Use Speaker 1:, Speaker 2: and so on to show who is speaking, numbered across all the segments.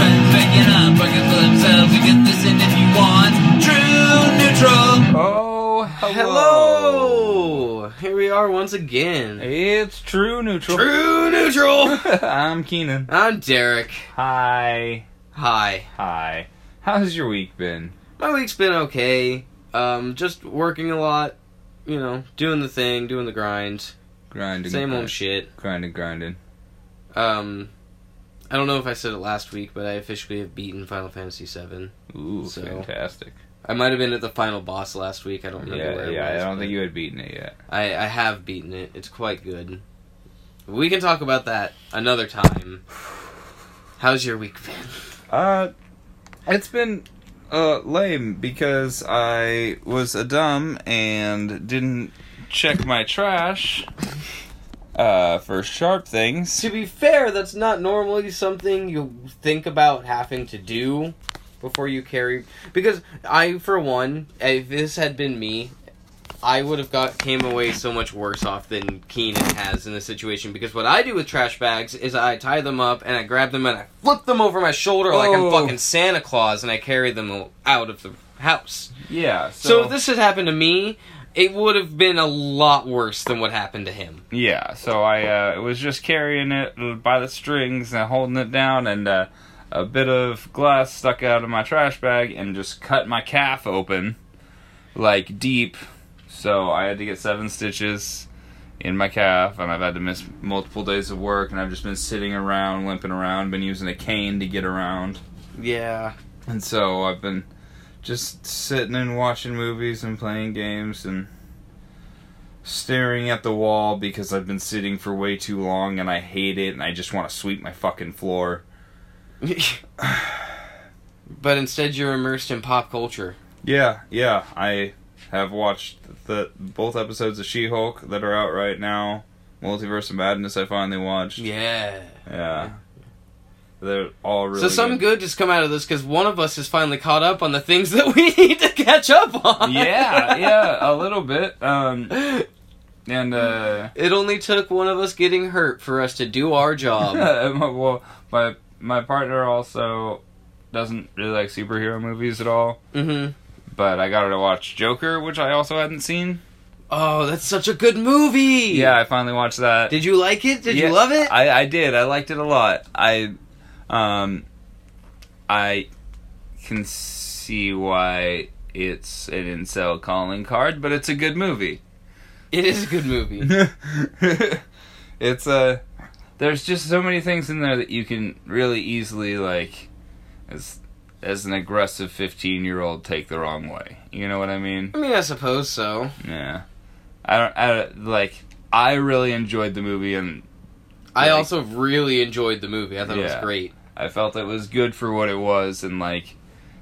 Speaker 1: it up, working for themselves. You can listen if you want. True neutral.
Speaker 2: Oh,
Speaker 3: Hello! Here we are once again.
Speaker 2: It's True Neutral.
Speaker 3: True neutral.
Speaker 2: I'm Keenan.
Speaker 3: I'm Derek.
Speaker 2: Hi.
Speaker 3: Hi.
Speaker 2: Hi. How's your week been?
Speaker 3: My week's been okay. Um, just working a lot. You know, doing the thing, doing the grind.
Speaker 2: Grinding.
Speaker 3: Same
Speaker 2: grind-
Speaker 3: old shit.
Speaker 2: Grinding, grinding.
Speaker 3: Um, I don't know if I said it last week, but I officially have beaten Final Fantasy VII.
Speaker 2: Ooh,
Speaker 3: So,
Speaker 2: fantastic.
Speaker 3: I might have been at the final boss last week. I don't remember
Speaker 2: Yeah,
Speaker 3: where.
Speaker 2: yeah.
Speaker 3: it was,
Speaker 2: I don't
Speaker 3: but
Speaker 2: think you had beaten it yet.
Speaker 3: I I have beaten it. It's quite good. We can talk about that another time. How's your week been?
Speaker 2: Uh, it's been uh lame because I was a dumb and didn't check my trash. Uh, for sharp things.
Speaker 3: To be fair, that's not normally something you think about having to do before you carry. Because I, for one, if this had been me, I would have got came away so much worse off than Keenan has in this situation. Because what I do with trash bags is I tie them up and I grab them and I flip them over my shoulder like I'm
Speaker 2: Oh.
Speaker 3: fucking Santa Claus and I carry them out of the house.
Speaker 2: Yeah.
Speaker 3: So, if this had happened to me, it would have been a lot worse than what happened to him.
Speaker 2: Yeah, so I uh, was just carrying it by the strings and holding it down, and uh, a bit of glass stuck out of my trash bag and just cut my calf open, like deep. So I had to get seven stitches in my calf, and I've had to miss multiple days of work, and I've just been sitting around, limping around, been using a cane to get around.
Speaker 3: Yeah.
Speaker 2: And so I've been just sitting and watching movies and playing games and staring at the wall because I've been sitting for way too long and I hate it and I just want to sweep my fucking floor.
Speaker 3: but instead, you're immersed in pop culture.
Speaker 2: Yeah, yeah, I have watched the both episodes of She-Hulk that are out right now. Multiverse of Madness I finally watched.
Speaker 3: Yeah.
Speaker 2: Yeah. They're all really
Speaker 3: so some good has come out of this because one of us is finally caught up on the things that we need to catch up on.
Speaker 2: yeah, yeah, a little bit. Um and uh
Speaker 3: It only took one of us getting hurt for us to do our job.
Speaker 2: Uh, my- well, my my partner also doesn't really like superhero movies at all.
Speaker 3: hmm
Speaker 2: But I got her to watch Joker, which I also hadn't seen.
Speaker 3: Oh, that's such a good movie.
Speaker 2: Yeah, I finally watched that.
Speaker 3: Did you like it? Did
Speaker 2: Yeah,
Speaker 3: you love it?
Speaker 2: I, I did. I liked it a lot. I, um, I can see why it's an incel calling card, but it's a good movie.
Speaker 3: it is a good movie.
Speaker 2: it's uh there's just so many things in there that you can really easily like as as an aggressive 15 year old take the wrong way you know what i mean
Speaker 3: I mean, I suppose so.
Speaker 2: yeah i don't i don't- like i really enjoyed the movie and Like-
Speaker 3: I also really enjoyed the movie. I thought it was
Speaker 2: Yeah.
Speaker 3: great.
Speaker 2: i felt it was good for what it was and like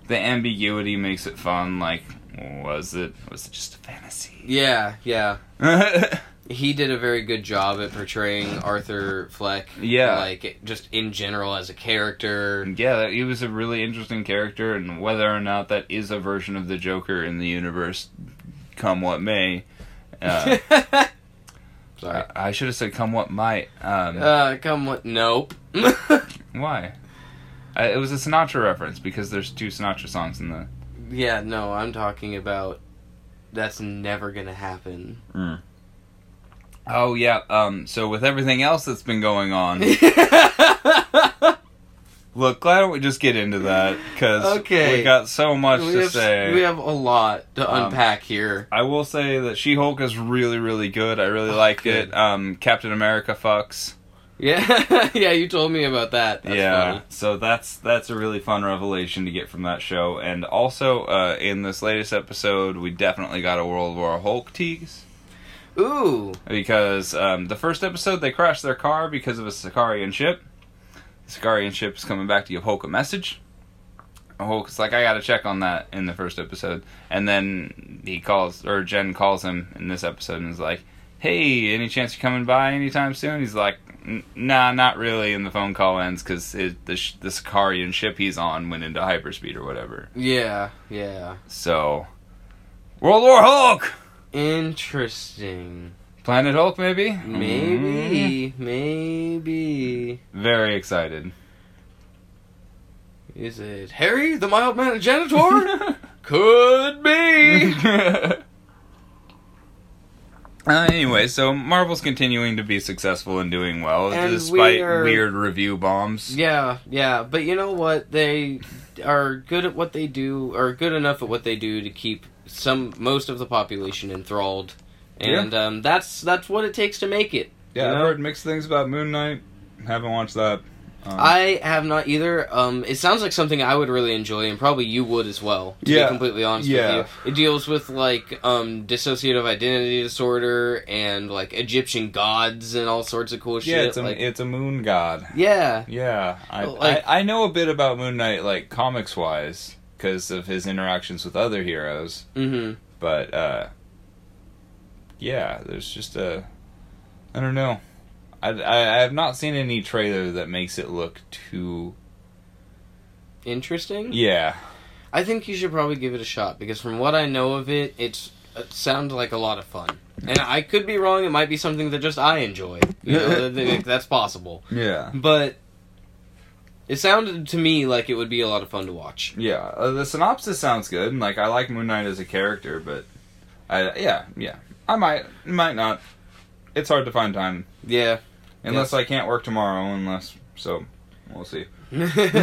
Speaker 2: the ambiguity makes it fun like was it was it just a fantasy
Speaker 3: Yeah, yeah. he did a very good job at portraying Arthur Fleck.
Speaker 2: Yeah.
Speaker 3: like just in general as a character.
Speaker 2: Yeah, that- he was a really interesting character, and whether or not that is a version of the Joker in the universe, come what may. Uh,
Speaker 3: Sorry.
Speaker 2: I, I should have said come what might. Um,
Speaker 3: Uh, come what? Nope.
Speaker 2: why? I, it was a Sinatra reference because there's two Sinatra songs in the.
Speaker 3: yeah, no, I'm talking about that's never gonna happen.
Speaker 2: Oh yeah. Um. So with everything else that's been going on,
Speaker 3: okay.
Speaker 2: look, why don't we just get into that? Because
Speaker 3: Okay.
Speaker 2: we got so much
Speaker 3: We
Speaker 2: to
Speaker 3: have,
Speaker 2: say.
Speaker 3: we have a lot to
Speaker 2: Um,
Speaker 3: unpack here.
Speaker 2: I will say that She Hulk is really, really good. I really liked
Speaker 3: Oh, good.
Speaker 2: it. Um, Captain America fucks.
Speaker 3: Yeah, yeah, you told me about that. That's
Speaker 2: yeah,
Speaker 3: funny.
Speaker 2: so that's that's a really fun revelation to get from that show, and also uh, in this latest episode, we definitely got a World War Hulk tease
Speaker 3: Ooh,
Speaker 2: because um, the first episode they crashed their car because of a Sicarian ship. The Sicarian ship is coming back to give Hulk a message. And Hulk's like, I gotta check on that in the first episode, and then he calls or Jen calls him in this episode and is like, "Hey, any chance you're coming by anytime soon?" He's like, "N- "Nah, not really." And the phone call ends because the sh- the Sicarian ship he's on went into hyperspeed or whatever.
Speaker 3: yeah, yeah.
Speaker 2: So, World War Hulk,
Speaker 3: Interesting.
Speaker 2: Planet Hulk, maybe,
Speaker 3: Maybe, maybe.
Speaker 2: Mm-hmm. Mm. Very excited.
Speaker 3: Is it Harry, the mild mannered janitor? Could be.
Speaker 2: Uh, anyway, so Marvel's continuing to be successful and doing well,
Speaker 3: And we
Speaker 2: despite
Speaker 3: are-
Speaker 2: weird review bombs.
Speaker 3: yeah, yeah, but you know what? They are good at what they do, are good enough at what they do to keep some most of the population enthralled, and um, that's that's what it takes to make it.
Speaker 2: Yeah,
Speaker 3: you
Speaker 2: I've
Speaker 3: know?
Speaker 2: heard mixed things about Moon Knight. Haven't watched that. Um,
Speaker 3: I have not either. Um, it sounds like something I would really enjoy, and probably you would as well. To
Speaker 2: Yeah.
Speaker 3: be completely honest
Speaker 2: Yeah.
Speaker 3: with you, it deals with like um, dissociative identity disorder and like Egyptian gods and all sorts of cool
Speaker 2: yeah,
Speaker 3: shit.
Speaker 2: it's a
Speaker 3: like-
Speaker 2: it's a moon god.
Speaker 3: yeah,
Speaker 2: Yeah, I,
Speaker 3: Like-
Speaker 2: I I know a bit about Moon Knight, like comics wise, because of his interactions with other heroes.
Speaker 3: hmm
Speaker 2: But uh, yeah, there's just a I don't know. I, I I have not seen any trailer that makes it look too.
Speaker 3: interesting.
Speaker 2: Yeah,
Speaker 3: I think you should probably give it a shot because from what I know of it, it's it sounds like a lot of fun. And I could be wrong; it might be something that just I enjoy. You know, that- that- that's possible.
Speaker 2: yeah,
Speaker 3: But it sounded to me like it would be a lot of fun to watch.
Speaker 2: yeah. Uh, the synopsis sounds good, and like I like Moon Knight as a character, but I yeah yeah I might might not. It's hard to find time
Speaker 3: Yeah.
Speaker 2: unless
Speaker 3: Yes.
Speaker 2: I can't work tomorrow. Unless so, we'll see.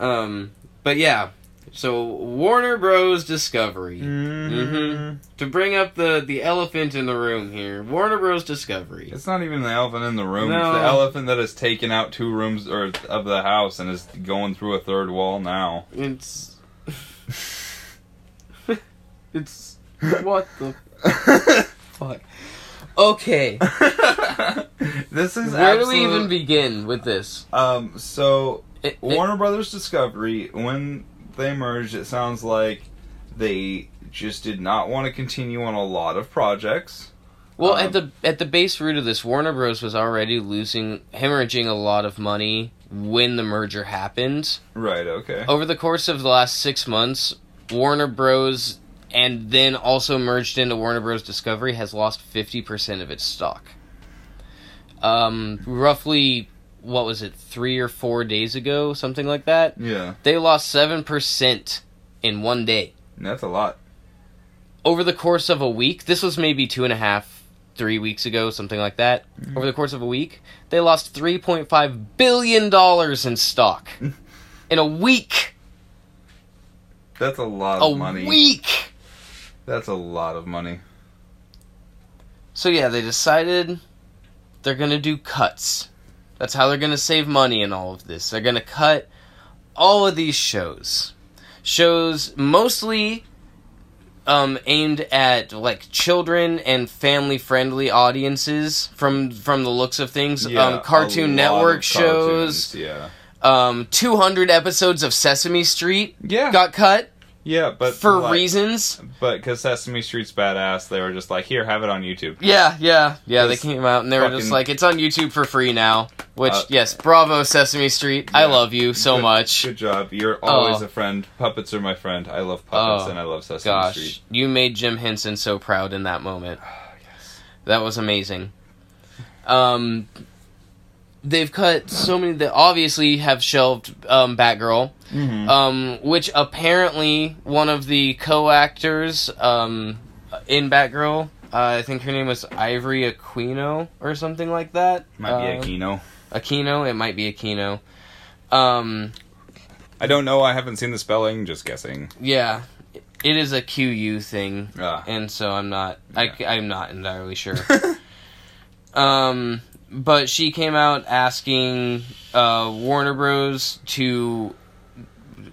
Speaker 3: um, but yeah. So Warner Bros. Discovery.
Speaker 2: Mm.
Speaker 3: Mhm. To bring up the the elephant in the room here, Warner Bros. Discovery.
Speaker 2: It's not even the elephant in the room.
Speaker 3: No.
Speaker 2: It's the elephant that has taken out two rooms or of the house and is going through a third wall now.
Speaker 3: It's it's what the fuck. Okay,
Speaker 2: this is
Speaker 3: where do we
Speaker 2: absolute-
Speaker 3: even begin with this?
Speaker 2: Um, so
Speaker 3: It- it-
Speaker 2: Warner Brothers Discovery, when they merged, it sounds like they just did not want to continue on a lot of projects.
Speaker 3: well,
Speaker 2: um,
Speaker 3: at the at the base root of this, Warner Bros. was already losing, hemorrhaging a lot of money when the merger happened.
Speaker 2: Right. Okay.
Speaker 3: over the course of the last six months, Warner Bros. and then also merged into Warner Bros. Discovery has lost fifty percent of its stock. Um, roughly, what was it, three or four days ago, something like that?
Speaker 2: Yeah,
Speaker 3: They lost seven percent in one day
Speaker 2: that's a lot.
Speaker 3: over the course of a week, this was maybe two and a half, three weeks ago, something like that.
Speaker 2: Mm-hmm.
Speaker 3: Over the course of a week, they lost three point five billion dollars in stock in a week.
Speaker 2: That's a lot
Speaker 3: A
Speaker 2: of money.
Speaker 3: week.
Speaker 2: That's a lot of money.
Speaker 3: So yeah, they decided they're gonna do cuts. That's how they're gonna save money in all of this. They're gonna cut all of these shows. Shows mostly um, aimed at like children and family friendly audiences from from the looks of things.
Speaker 2: Yeah,
Speaker 3: um,
Speaker 2: a
Speaker 3: Cartoon
Speaker 2: lot of
Speaker 3: Network shows.
Speaker 2: cartoons, Yeah.
Speaker 3: Um, Two hundred episodes of Sesame Street
Speaker 2: Yeah.
Speaker 3: got cut
Speaker 2: yeah, but
Speaker 3: for
Speaker 2: like-
Speaker 3: reasons.
Speaker 2: But because Sesame Street's badass, they were just like, here, have it on YouTube.
Speaker 3: Yeah, yeah, yeah. They
Speaker 2: It's
Speaker 3: came out and they were just
Speaker 2: fucking-
Speaker 3: like, "It's on YouTube for free now." Which,
Speaker 2: Uh,
Speaker 3: yes, bravo, Sesame Street. I
Speaker 2: yeah.
Speaker 3: love you so
Speaker 2: Good-
Speaker 3: much.
Speaker 2: Good job. You're always
Speaker 3: Oh.
Speaker 2: a friend. Puppets are my friend. I love puppets
Speaker 3: Oh,
Speaker 2: and I love Sesame
Speaker 3: Gosh,
Speaker 2: Street. Ah,
Speaker 3: you made Jim Henson so proud in that moment. That was amazing. Um, they've cut so many that obviously have shelved um, Batgirl,
Speaker 2: Mhm.
Speaker 3: um, which apparently one of the co-actors um, in Batgirl. Uh, I think her name was Ivory Aquino or something like that.
Speaker 2: Might
Speaker 3: Um,
Speaker 2: be Aquino.
Speaker 3: Aquino. It might be Aquino. Um,
Speaker 2: I don't know. I haven't seen the spelling. Just guessing.
Speaker 3: yeah, it is a QU thing,
Speaker 2: Ah.
Speaker 3: and so I'm not. I, am not entirely sure. um, but she came out asking uh, Warner Bros. to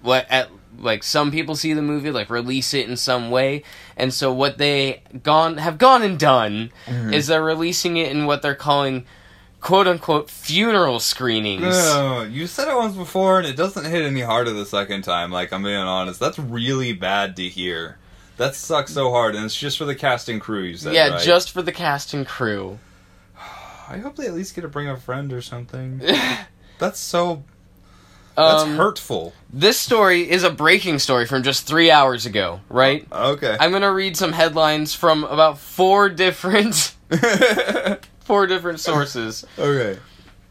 Speaker 3: what at like some people see the movie like release it in some way and so what they gone have gone and done is they're releasing it in what they're calling quote unquote funeral screenings
Speaker 2: No, you said it once before, and it doesn't hit any harder the second time. Like I'm being honest, that's really bad to hear. That sucks so hard, and it's just for the cast and crew. You said,
Speaker 3: yeah,
Speaker 2: right?
Speaker 3: just for the cast and crew.
Speaker 2: I hope they at least get to bring a friend or something. that's so. That's
Speaker 3: Um,
Speaker 2: hurtful.
Speaker 3: This story is a breaking story from just three hours ago,
Speaker 2: Uh-huh.
Speaker 3: right?
Speaker 2: Okay.
Speaker 3: I'm gonna read some headlines from about four different four different sources.
Speaker 2: okay.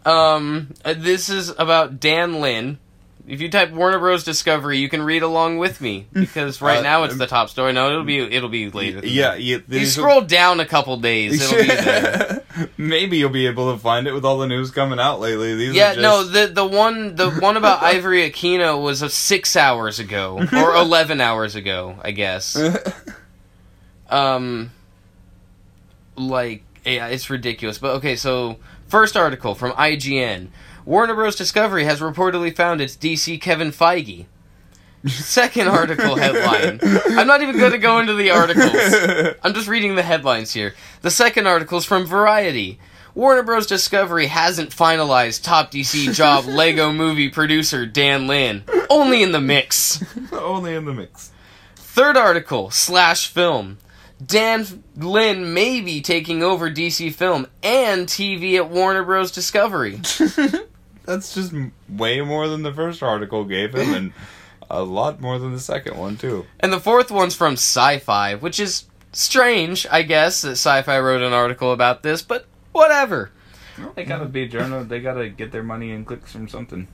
Speaker 3: Um, uh, this is about Dan Lin, If you type Warner Bros. Discovery, you can read along with me because right
Speaker 4: Uh,
Speaker 3: now it's the top story. No, it'll be it'll be later. than
Speaker 4: yeah,
Speaker 3: that.
Speaker 4: yeah.
Speaker 3: You
Speaker 4: these-
Speaker 3: scroll down a couple days, it'll be there.
Speaker 4: Maybe you'll be able to find it with all the news coming out lately. These
Speaker 3: Yeah,
Speaker 4: are just,
Speaker 3: no, the the one the one about Ivory Aquino was uh, six hours ago or eleven hours ago, I guess. Um, like yeah, it's ridiculous. But okay, so first article from IGN: Warner Bros. Discovery has reportedly found its DC Kevin Feige. Second article headline. I'm not even going to go into the articles. I'm just reading the headlines here. The second article's from Variety. Warner Bros. Discovery hasn't finalized top DC job Lego movie producer Dan Lin. Only in the mix.
Speaker 4: Only in the mix.
Speaker 3: Third article, slash film. Dan Lin may be taking over DC film and TV at Warner Bros. Discovery.
Speaker 4: That's just m- way more than the first article gave him, and a lot more than the second one too.
Speaker 3: And the fourth one's from Sci Fi, which is strange, I guess, that Sci Fi wrote an article about this, but whatever.
Speaker 2: They gotta be a journal. They gotta get their money and clicks from something.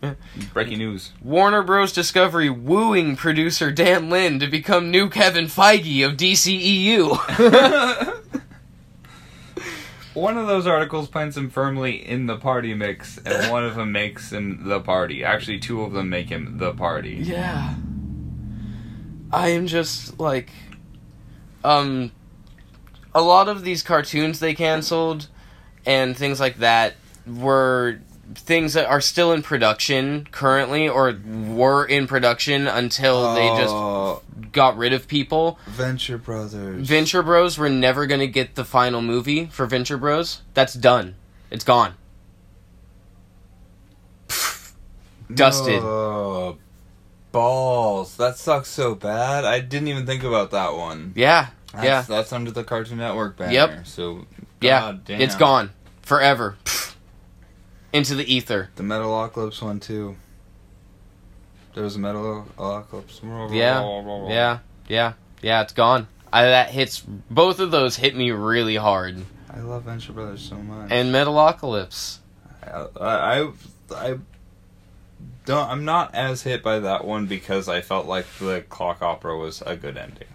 Speaker 2: Breaking news.
Speaker 3: Warner Bros. Discovery wooing producer Dan Lin to become new Kevin Feige of E DCEU.
Speaker 2: One of those articles plants him firmly in the party mix, and one of them makes him the party. Actually, two of them make him the party.
Speaker 3: yeah. I am just like um a lot of these cartoons they canceled and things like that were things that are still in production currently or were in production until they
Speaker 4: Oh,
Speaker 3: just got rid of people.
Speaker 4: Venture Brothers.
Speaker 3: Venture Bros. We're never gonna get the final movie for Venture Bros. That's done. It's gone. Dusted.
Speaker 4: No. balls. That sucks so bad. I didn't even think about that one.
Speaker 3: Yeah.
Speaker 4: That's,
Speaker 3: yeah.
Speaker 4: that's under the Cartoon Network banner.
Speaker 3: Yep.
Speaker 4: So
Speaker 3: yeah.
Speaker 4: God damn.
Speaker 3: It's gone. Forever. Into the ether.
Speaker 4: The Metalocalypse one too. There was a Metalocalypse.
Speaker 3: Yeah. Yeah. Yeah. Yeah, it's gone. I, that hits both of those hit me really hard.
Speaker 4: I love Venture Brothers so much.
Speaker 3: And Metalocalypse.
Speaker 4: I, I, I don't. I'm not as hit by that one because I felt like the Clock Opera was a good ending.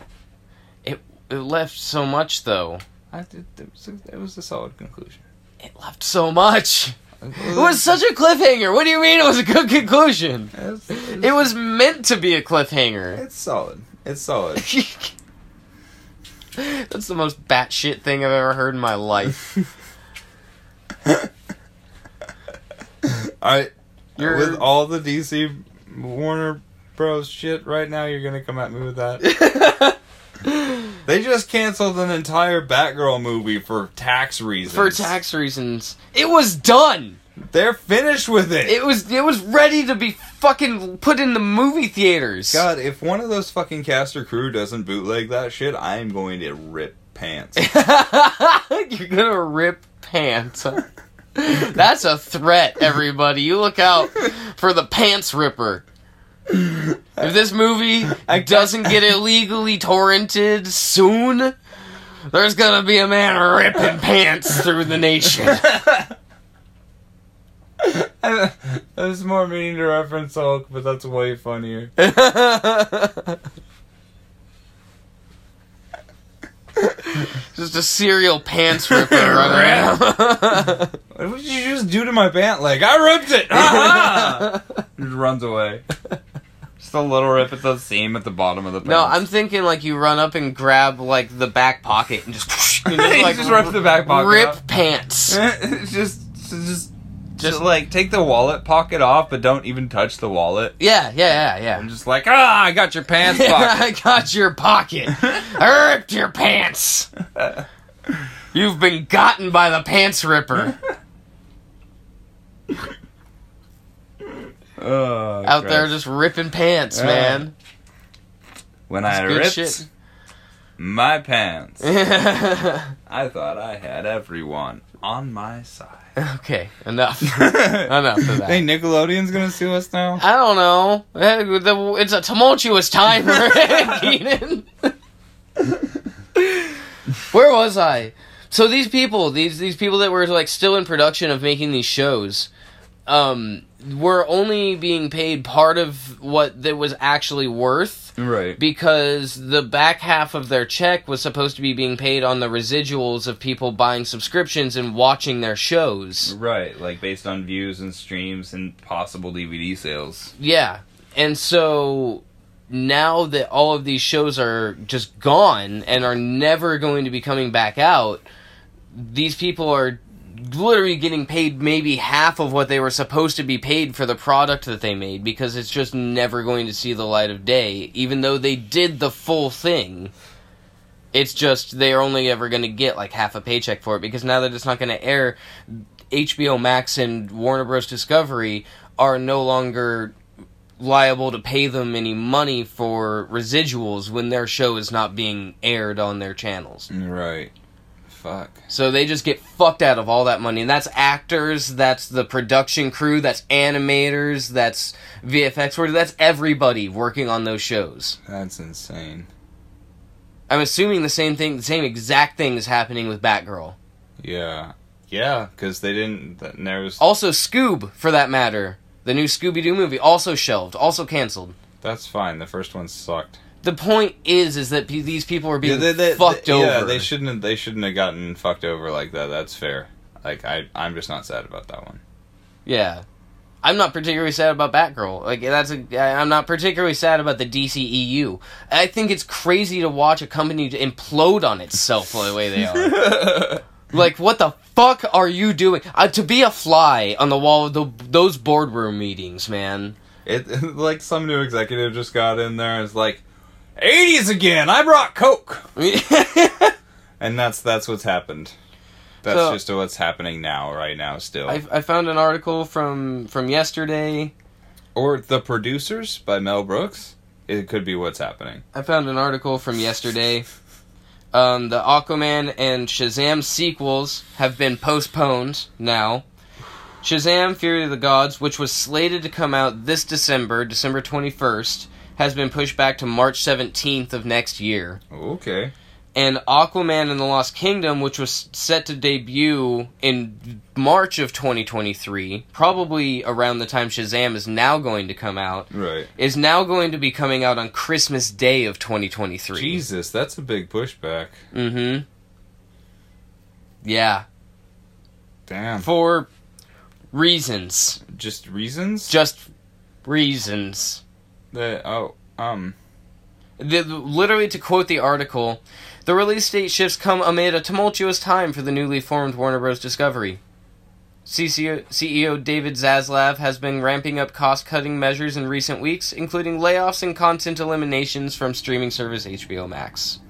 Speaker 3: It left so much though.
Speaker 4: I, it, it, was a, it was a solid conclusion.
Speaker 3: It left so much. It was such a cliffhanger. What do you mean it was a good conclusion?
Speaker 4: It's,
Speaker 3: It was meant to be a cliffhanger.
Speaker 4: it's solid. It's solid.
Speaker 3: That's the most batshit thing I've ever heard in my life.
Speaker 4: I
Speaker 3: You're-
Speaker 4: with all the DC Warner Bros shit right now, you're gonna come at me with that. They just canceled an entire Batgirl movie for tax reasons.
Speaker 3: For tax reasons, it was done.
Speaker 4: They're finished with it.
Speaker 3: It was it was ready to be fucking put in the movie theaters.
Speaker 4: God, if one of those fucking cast or crew doesn't bootleg that shit, I'm going to rip pants.
Speaker 3: You're gonna rip pants. That's a threat, everybody. You look out for the pants ripper. If this movie doesn't get illegally torrented soon, there's gonna be a man ripping pants through the nation.
Speaker 4: I was more meaning to reference Hulk, but that's way funnier.
Speaker 3: Just a serial pants ripper running around.
Speaker 4: What did you just do to my pant leg? I ripped it! Ah!
Speaker 2: Just runs away. Just a little rip at the seam at the bottom of the.
Speaker 3: no,
Speaker 2: pants.
Speaker 3: I'm thinking like you run up and grab like the back pocket and just, and
Speaker 2: He just rips the back pocket
Speaker 3: rip
Speaker 2: out.
Speaker 3: pants.
Speaker 2: just, just, just like take the wallet pocket off, but don't even touch the wallet.
Speaker 3: Yeah, yeah, yeah,
Speaker 2: I'm
Speaker 3: yeah.
Speaker 2: just like, ah, I got your pants pocket.
Speaker 3: I got your pocket. I ripped your pants. You've been gotten by the pants ripper
Speaker 2: oh,
Speaker 3: out there
Speaker 2: Christ.
Speaker 3: just ripping pants, man.
Speaker 2: when I
Speaker 3: good
Speaker 2: ripped
Speaker 3: shit.
Speaker 2: my pants, I thought I had everyone on my side.
Speaker 3: okay, enough.
Speaker 4: Enough
Speaker 3: of that.
Speaker 4: Hey, Nickelodeon's gonna sue us now?
Speaker 3: I don't know. Eh, the- It's a tumultuous time for Keenan. Where was I? So these people, these these people that were like still in production of making these shows, um, were only being paid part of what that was actually worth
Speaker 5: Right.
Speaker 3: because the back half of their check was supposed to be being paid on the residuals of people buying subscriptions and watching their shows.
Speaker 5: right. Like based on views and streams and possible DVD sales.
Speaker 3: Yeah. And so now that all of these shows are just gone and are never going to be coming back out, these people are literally getting paid maybe half of what they were supposed to be paid for the product that they made because it's just never going to see the light of day even though they did the full thing it's just they're only ever going to get like half a paycheck for it because now that it's not going to air HBO Max and Warner Bros Discovery are no longer liable to pay them any money for residuals when their show is not being aired on their channels
Speaker 2: Right. Fuck.
Speaker 3: so they just get fucked out of all that money. And that's actors, that's the production crew, that's animators, that's VFX workers, that's everybody working on those shows.
Speaker 2: That's insane.
Speaker 3: I'm assuming the same thing, the same exact thing is happening with Batgirl.
Speaker 2: Yeah. Yeah, because they didn't. That, there was.
Speaker 3: Also, Scoob, for that matter. The new Scooby Doo movie, also shelved, also canceled.
Speaker 2: That's fine. The first one sucked.
Speaker 3: The point is, is that pe- these people are being fucked
Speaker 2: they-
Speaker 3: over.
Speaker 2: Yeah, they shouldn't. Have, they shouldn't have gotten fucked over like that. That's fair. Like I, I'm just not sad about that one.
Speaker 3: Yeah. I'm not particularly sad about Batgirl. Like that's a, I- I'm not particularly sad about the DCEU. I think it's crazy to watch a company to implode on itself the way they are. like what the fuck are you doing? Uh, to be a fly on the wall of tho- those boardroom meetings, man.
Speaker 2: It like some new executive just got in there and is like, "80s again. I brought Coke." And that's that's what's happened. That's
Speaker 3: So-
Speaker 2: just what's happening now, right now, still.
Speaker 3: I, I found an article from from yesterday.
Speaker 2: or the producers by Mel Brooks. It could be what's happening.
Speaker 3: I found an article from yesterday. Um, the Aquaman and Shazam sequels have been postponed now. Shazam Fury of the Gods, which was slated to come out this December, December 21st, has been pushed back to March 17th of next year.
Speaker 2: Okay.
Speaker 3: And Aquaman and the Lost Kingdom, which was set to debut in March of 2023, probably around the time Shazam is now going to come out,
Speaker 2: Right.
Speaker 3: is now going to be coming out on Christmas Day of 2023.
Speaker 2: Jesus, that's a big pushback.
Speaker 3: Mm-hmm. Yeah.
Speaker 2: Damn.
Speaker 3: For reasons.
Speaker 2: Just reasons?
Speaker 3: Just reasons.
Speaker 2: the, oh, um.
Speaker 3: The, literally, to quote the article, the release date shifts come amid a tumultuous time for the newly formed Warner Bros. Discovery. CCO, CEO E David Zaslav has been ramping up cost cutting measures in recent weeks, including layoffs and content eliminations from streaming service HBO Max.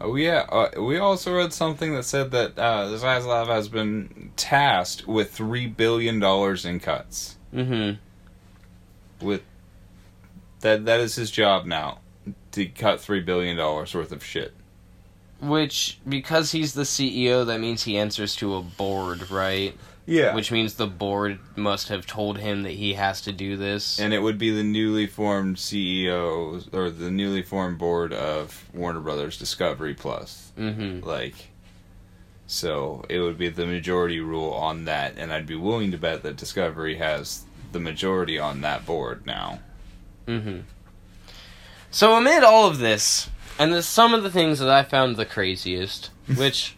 Speaker 2: Oh yeah, uh, we also read something that said that uh, Zaslav has been tasked with three billion dollars in cuts.
Speaker 3: hmm.
Speaker 2: With that, that is his job now to cut three billion dollars worth of shit.
Speaker 3: Which, because he's the CEO, that means he answers to a board, right?
Speaker 2: Yeah,
Speaker 3: Which means the board must have told him that he has to do this.
Speaker 2: and it would be the newly formed CEO or the newly formed board of Warner Brothers Discovery Plus.
Speaker 3: hmm
Speaker 2: Like, so it would be the majority rule on that, and I'd be willing to bet that Discovery has the majority on that board now.
Speaker 3: hmm So amid all of this, and the, some of the things that I found the craziest, which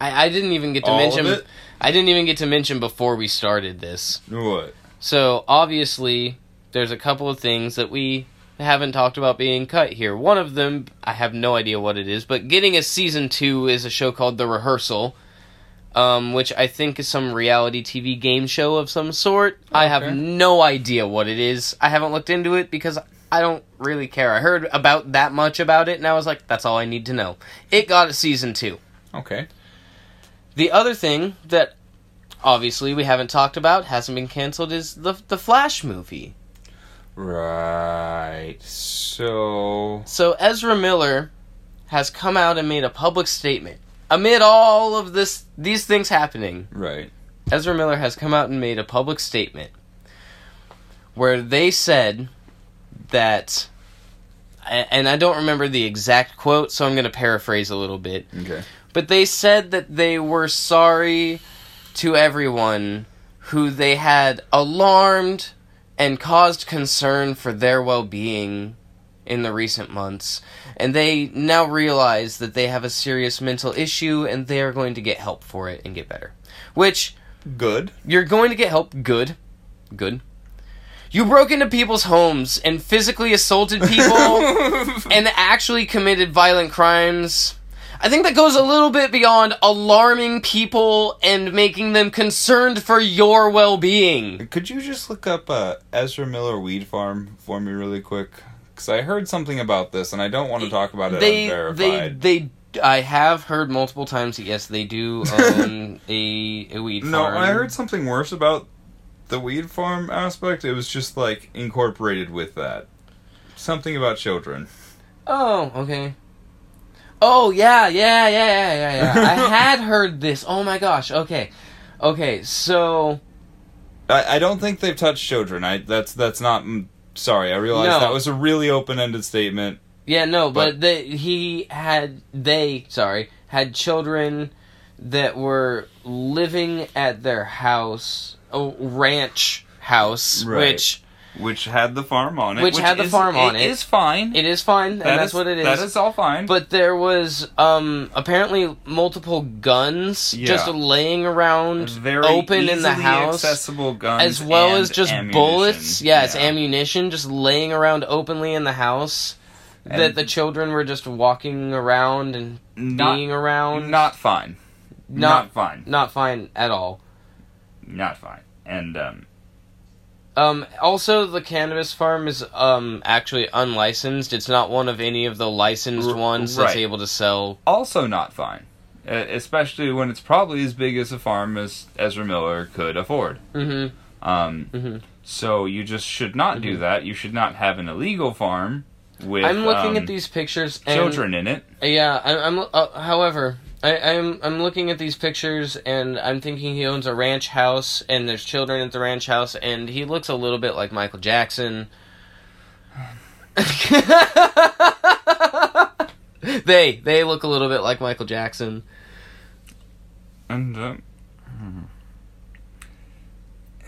Speaker 3: I, I didn't even get to
Speaker 2: All of
Speaker 3: mention.
Speaker 2: it?
Speaker 3: I didn't even get to mention before we started this.
Speaker 2: What?
Speaker 3: So obviously, there's a couple of things that we haven't talked about being cut here. One of them, I have no idea what it is, but getting a season two is a show called The Rehearsal, um, which I think is some reality TV game show of some sort. I have
Speaker 2: Okay.
Speaker 3: no idea what it is. I haven't looked into it because I don't really care. I heard about that much about it, and I was like, that's all I need to know. It got a season two.
Speaker 2: Okay.
Speaker 3: The other thing that obviously we haven't talked about, hasn't been canceled, is the the Flash movie.
Speaker 2: Right. So
Speaker 3: So Ezra Miller has come out and made a public statement. Amid all of this these things happening,
Speaker 2: right.
Speaker 3: Ezra Miller has come out and made a public statement where they said that a- and I don't remember the exact quote, so I'm going to paraphrase a little bit.
Speaker 2: Okay.
Speaker 3: But they said that they were sorry to everyone who they had alarmed and caused concern for their well being in the recent months. And they now realize that they have a serious mental issue and they are going to get help for it and get better. Which,
Speaker 4: Good.
Speaker 3: you're going to get help. Good. Good. You broke into people's homes and physically assaulted people and actually committed violent crimes. I think that goes a little bit beyond alarming people and making them concerned for your well being.
Speaker 4: Could you just look up uh, Ezra Miller Weed Farm for me really quick? Because I heard something about this, and I don't want to talk about it
Speaker 3: They, they,
Speaker 4: unverified.
Speaker 3: they, I have heard multiple times that yes, they do own a, a weed
Speaker 4: no,
Speaker 3: farm.
Speaker 4: I heard something worse about the weed farm aspect. It was just like incorporated with that. Something about children.
Speaker 3: Oh, okay. Oh yeah, yeah, yeah, yeah, yeah, yeah. I had heard this. Oh my gosh. Okay, okay. So
Speaker 4: I, I don't think they've touched children. I that's that's not. mm, Sorry, I realized
Speaker 3: No.
Speaker 4: that was a really open-ended statement.
Speaker 3: yeah, no,
Speaker 4: But-
Speaker 3: but, they, he had they sorry had children that were living at their house, oh ranch house,
Speaker 4: Right.
Speaker 3: which
Speaker 2: which had the farm on it.
Speaker 3: Which had the farm on it.
Speaker 2: It is fine.
Speaker 3: it is fine, and
Speaker 2: That
Speaker 3: that's
Speaker 2: is-
Speaker 3: what it is.
Speaker 2: That is all fine.
Speaker 3: but there was um apparently multiple guns just
Speaker 2: Yeah.
Speaker 3: laying around,
Speaker 2: very
Speaker 3: open in the
Speaker 2: easily
Speaker 3: house.
Speaker 2: accessible guns,
Speaker 3: as well
Speaker 2: and
Speaker 3: as just
Speaker 2: ammunition.
Speaker 3: bullets. Yeah, it's
Speaker 2: Yeah.
Speaker 3: ammunition just laying around openly in the house. that
Speaker 2: And-
Speaker 3: the children were just walking around and
Speaker 2: Not-
Speaker 3: being around.
Speaker 2: Not fine. Not,
Speaker 3: not
Speaker 2: fine.
Speaker 3: not fine at all.
Speaker 2: Not fine. And um,
Speaker 3: Um, also, the cannabis farm is um actually unlicensed. It's not one of any of the licensed
Speaker 2: R-
Speaker 3: ones that's
Speaker 2: right.
Speaker 3: able to sell.
Speaker 2: also not fine. Uh, especially when it's probably as big as a farm as Ezra Miller could afford.
Speaker 3: hmm
Speaker 2: Um,
Speaker 3: Mhm.
Speaker 2: So you just should not do that. You should not have an illegal farm with
Speaker 3: Mm-hmm. I'm looking
Speaker 2: um,
Speaker 3: at these pictures. And,
Speaker 2: children in it.
Speaker 3: Yeah, I, I'm. Uh, however, I, I'm I'm looking at these pictures and I'm thinking he owns a ranch house and there's children at the ranch house and he looks a little bit like Michael Jackson. they they look a little bit like Michael Jackson.
Speaker 2: And um,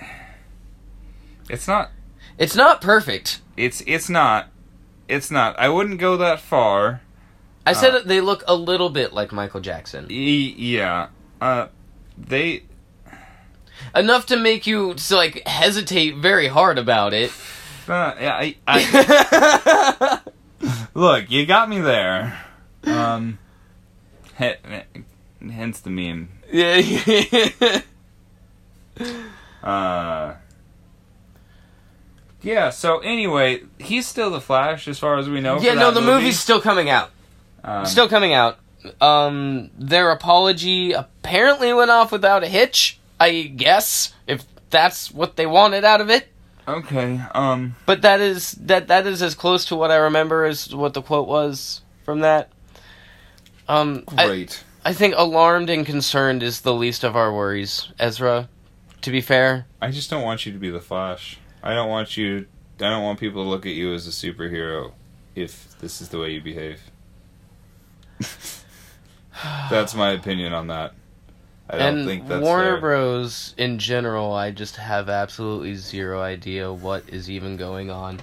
Speaker 2: hmm. it's not.
Speaker 3: It's not perfect.
Speaker 2: It's it's not. It's not. I wouldn't go that far.
Speaker 3: I said
Speaker 2: Uh.
Speaker 3: that they look a little bit like Michael Jackson.
Speaker 2: E- yeah. Uh, they
Speaker 3: Enough to make you s- like hesitate very hard about it.
Speaker 2: Uh, yeah, I, I look. You got me there. Um, he- he- hence the meme.
Speaker 3: yeah.
Speaker 2: Uh, yeah. So anyway, he's still the Flash, as far as we know.
Speaker 3: Yeah,
Speaker 2: for
Speaker 3: no,
Speaker 2: that
Speaker 3: the
Speaker 2: movie.
Speaker 3: movie's still coming out.
Speaker 2: Um,
Speaker 3: still coming out. Um, their apology apparently went off without a hitch. I guess if that's what they wanted out of it.
Speaker 2: okay. Um,
Speaker 3: But that is that that is as close to what I remember as what the quote was from that. Um, I,
Speaker 4: Great.
Speaker 3: I think alarmed and concerned is the least of our worries, Ezra. To be fair,
Speaker 4: I just don't want you to be the Flash. I don't want you. I don't want people to look at you as a superhero if this is the way you behave. that's my opinion on that. I don't
Speaker 3: and
Speaker 4: think that's
Speaker 3: Warner
Speaker 4: fair.
Speaker 3: Bros. in general, I just have absolutely zero idea what is even going on.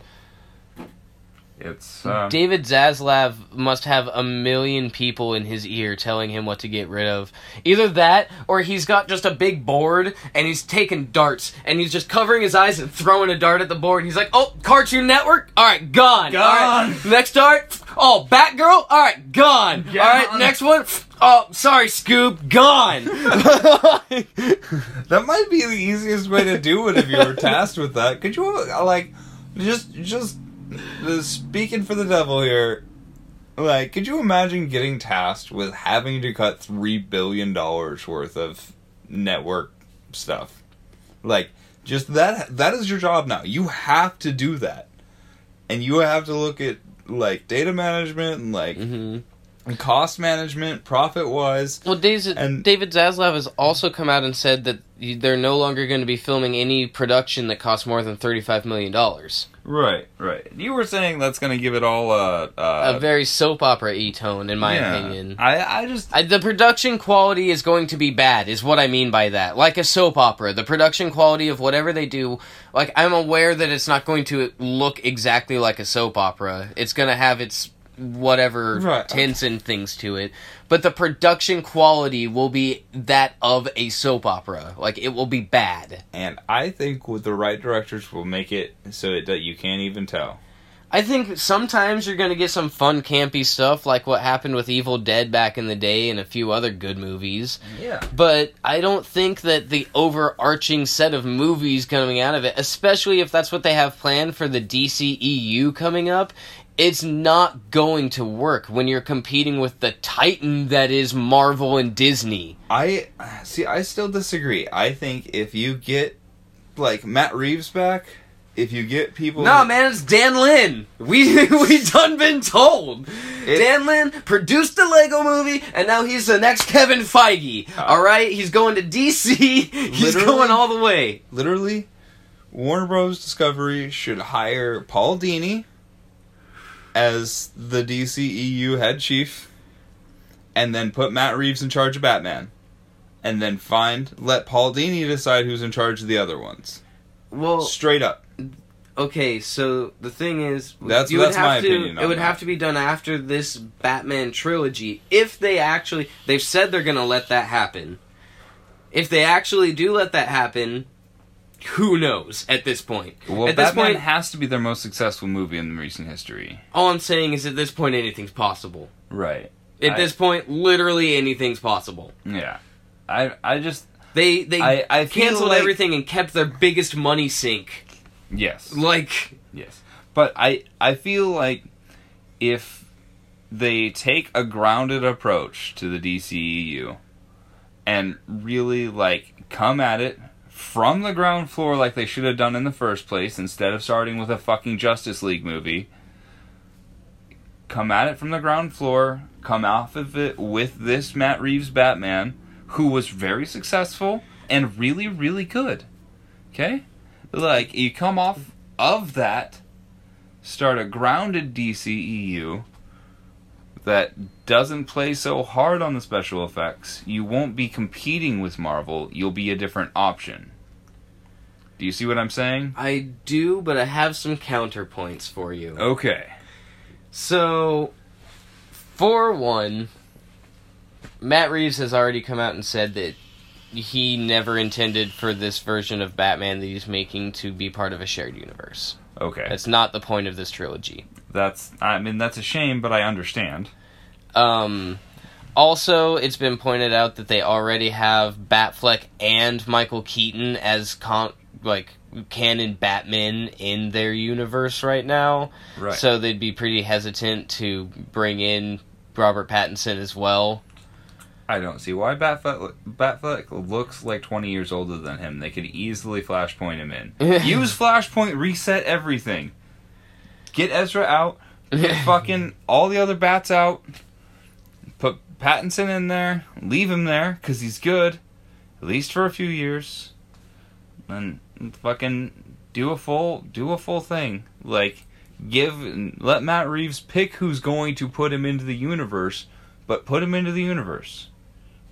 Speaker 2: it's um,
Speaker 3: David Zaslav must have a million people in his ear telling him what to get rid of. Either that, or he's got just a big board and he's taking darts and he's just covering his eyes and throwing a dart at the board. And he's like, "Oh, Cartoon Network, all right, gone. All
Speaker 2: Gone.
Speaker 3: right, next dart. Oh, Batgirl, all right, gone. All right,
Speaker 2: Gone.
Speaker 3: next one. Oh, sorry, Scoob, gone.
Speaker 4: That might be the easiest way to do it if you were tasked with that. Could you uh, like just just uh, speaking for the devil here? Like, could you imagine getting tasked with having to cut three billion dollars worth of network stuff? Like, just that that is your job now. You have to do that, and you have to look at like data management and like
Speaker 3: Mhm.
Speaker 2: Mm-hmm.
Speaker 4: And cost management, profit wise.
Speaker 3: Well, David,
Speaker 4: And-
Speaker 3: David Zaslav has also come out and said that y- they're no longer going to be filming any production that costs more than $35 million.
Speaker 2: Right, right. You were saying that's going to give it all uh, a, a
Speaker 3: a very soap opera E tone, in my
Speaker 2: yeah.
Speaker 3: opinion.
Speaker 2: I I just
Speaker 3: I, the production quality is going to be bad, is what I mean by that. Like a soap opera, the production quality of whatever they do, like I'm aware that it's not going to look exactly like a soap opera. It's going to have its whatever
Speaker 4: Right.
Speaker 3: tints and things to it, but the production quality will be that of a soap opera. Like it will be bad.
Speaker 4: And I think with the right directors will make it so it, that you can't even tell.
Speaker 3: I think sometimes you're going to get some fun campy stuff like what happened with Evil Dead back in the day and a few other good movies.
Speaker 2: yeah.
Speaker 3: but I don't think that the overarching set of movies coming out of it, especially if that's what they have planned for the DCEU coming up, it's not going to work when you're competing with the titan that is Marvel and Disney.
Speaker 4: I see. I still disagree. I think if you get like Matt Reeves back, if you get people,
Speaker 3: Nah, man, it's Dan Lin. We we done been told.
Speaker 4: It-
Speaker 3: Dan Lin produced the Lego movie, and now he's the next Kevin Feige. all right, he's going to DC. He's
Speaker 4: Uh, Literally?
Speaker 3: going all the way.
Speaker 4: literally, Warner Bros. Discovery should hire Paul Dini as the DCEU head chief, and then put Matt Reeves in charge of Batman, and then find let Paul Dini decide who's in charge of the other ones.
Speaker 3: Well,
Speaker 4: Straight up.
Speaker 3: Okay, so the thing is,
Speaker 4: That's- that's
Speaker 3: have
Speaker 4: my
Speaker 3: to,
Speaker 4: opinion
Speaker 3: It
Speaker 4: on
Speaker 3: would
Speaker 4: that.
Speaker 3: have to be done after this Batman trilogy, if they actually. They've said they're gonna let that happen. If they actually do let that happen, who knows? At this point,
Speaker 2: Well,
Speaker 3: at this
Speaker 2: Batman
Speaker 3: point,
Speaker 2: has to be their most successful movie in recent history.
Speaker 3: all I'm saying is, at this point, anything's possible.
Speaker 2: Right.
Speaker 3: At
Speaker 2: I-
Speaker 3: this point, literally anything's possible.
Speaker 2: Yeah. I I just
Speaker 3: They they
Speaker 2: I- I feel
Speaker 3: canceled
Speaker 2: like-
Speaker 3: everything and kept their biggest money sink.
Speaker 2: yes.
Speaker 3: Like,
Speaker 2: Yes. But I I feel like if they take a grounded approach to the DCEU and really like come at it from the ground floor like they should have done in the first place instead of starting with a fucking Justice League movie. Come at it from the ground floor, come off of it with this Matt Reeves Batman who was very successful and really really good. Okay? Like you come off of that, start a grounded DCEU that doesn't play so hard on the special effects. You won't be competing with Marvel, you'll be a different option. Do you see what I'm saying?
Speaker 3: I do, but I have some counterpoints for you.
Speaker 2: Okay.
Speaker 3: So, for one, Matt Reeves has already come out and said that he never intended for this version of Batman that he's making to be part of a shared universe.
Speaker 2: Okay.
Speaker 3: That's not the point of this trilogy.
Speaker 2: That's I mean that's a shame, but I understand.
Speaker 3: Um, also, it's been pointed out that they already have Batfleck and Michael Keaton as con- like canon Batman in their universe right now.
Speaker 2: Right.
Speaker 3: So they'd be pretty hesitant to bring in Robert Pattinson as well.
Speaker 2: I don't see why Batfleck, Batfleck looks like 20 years older than him. They could easily Flashpoint him in. Use Flashpoint, reset everything. Get Ezra out. Get fucking all the other bats out. Put Pattinson in there. Leave him there because he's good, at least for a few years. And fucking do a full do a full thing. Like give let Matt Reeves pick who's going to put him into the universe, but put him into the universe.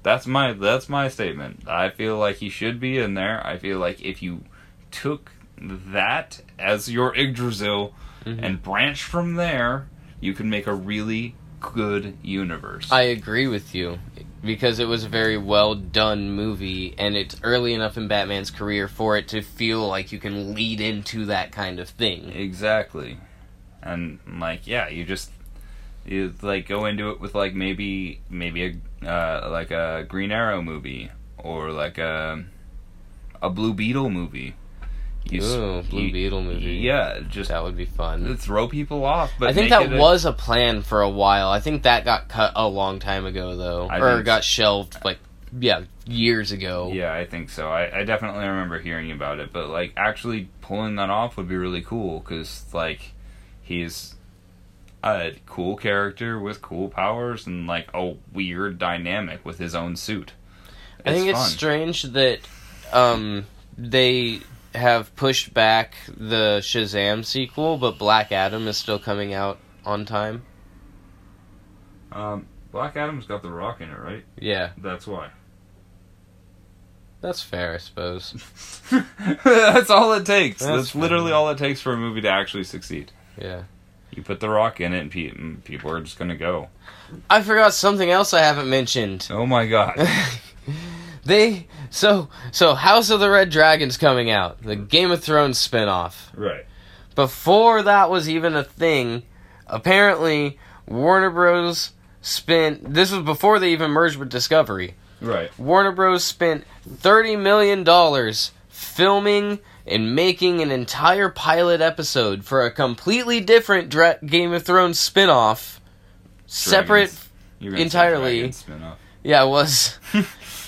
Speaker 2: That's my that's my statement. I feel like he should be in there. I feel like if you took that as your Yggdrasil
Speaker 3: Mm-hmm.
Speaker 2: and branched from there, you can make a really good universe.
Speaker 3: I agree with you because it was a very well done movie and it's early enough in Batman's career for it to feel like you can lead into that kind of thing.
Speaker 2: exactly. And like yeah, you just you like go into it with like maybe maybe a uh, like a Green Arrow movie or like a a Blue Beetle movie. You s-
Speaker 3: Ooh, Blue
Speaker 2: you-
Speaker 3: Beetle movie.
Speaker 2: Yeah, just
Speaker 3: That would be fun.
Speaker 2: throw people off. But uh,
Speaker 3: I think
Speaker 2: make
Speaker 3: that
Speaker 2: it a-
Speaker 3: was a plan for a while. I think that got cut a long time ago though
Speaker 2: I
Speaker 3: or
Speaker 2: think-
Speaker 3: got shelved like yeah, years ago.
Speaker 2: Yeah, I think so. I, I definitely remember hearing about it, but like actually pulling that off would be really cool because like he's a cool character with cool powers and like a weird dynamic with his own suit.
Speaker 3: I think it's
Speaker 2: fun.
Speaker 3: strange that um, they have pushed back the Shazam sequel, but Black Adam is still coming out on time.
Speaker 2: um, Black Adam's got the Rock in it, right?
Speaker 3: Yeah,
Speaker 2: That's why.
Speaker 3: that's fair, I suppose.
Speaker 2: That's all it takes.
Speaker 3: That's
Speaker 2: That's,
Speaker 3: fair.
Speaker 2: literally all it takes for a movie to actually succeed.
Speaker 3: Yeah.
Speaker 2: You put the Rock in it, and pe- and people are just gonna go.
Speaker 3: I forgot something else I haven't mentioned.
Speaker 2: Oh my god.
Speaker 3: They so so House of the Red Dragons coming out, the Game of Thrones spinoff.
Speaker 2: right.
Speaker 3: before that was even a thing, apparently Warner Bros. spent. This was before they even merged with Discovery.
Speaker 2: Right.
Speaker 3: Warner Bros. spent thirty million dollars filming and making an entire pilot episode for a completely different dra- Game of Thrones spin-off, separate.
Speaker 2: Dragons. You're gonna say
Speaker 3: Entirely.
Speaker 2: dragon spin-off.
Speaker 3: Yeah, it was.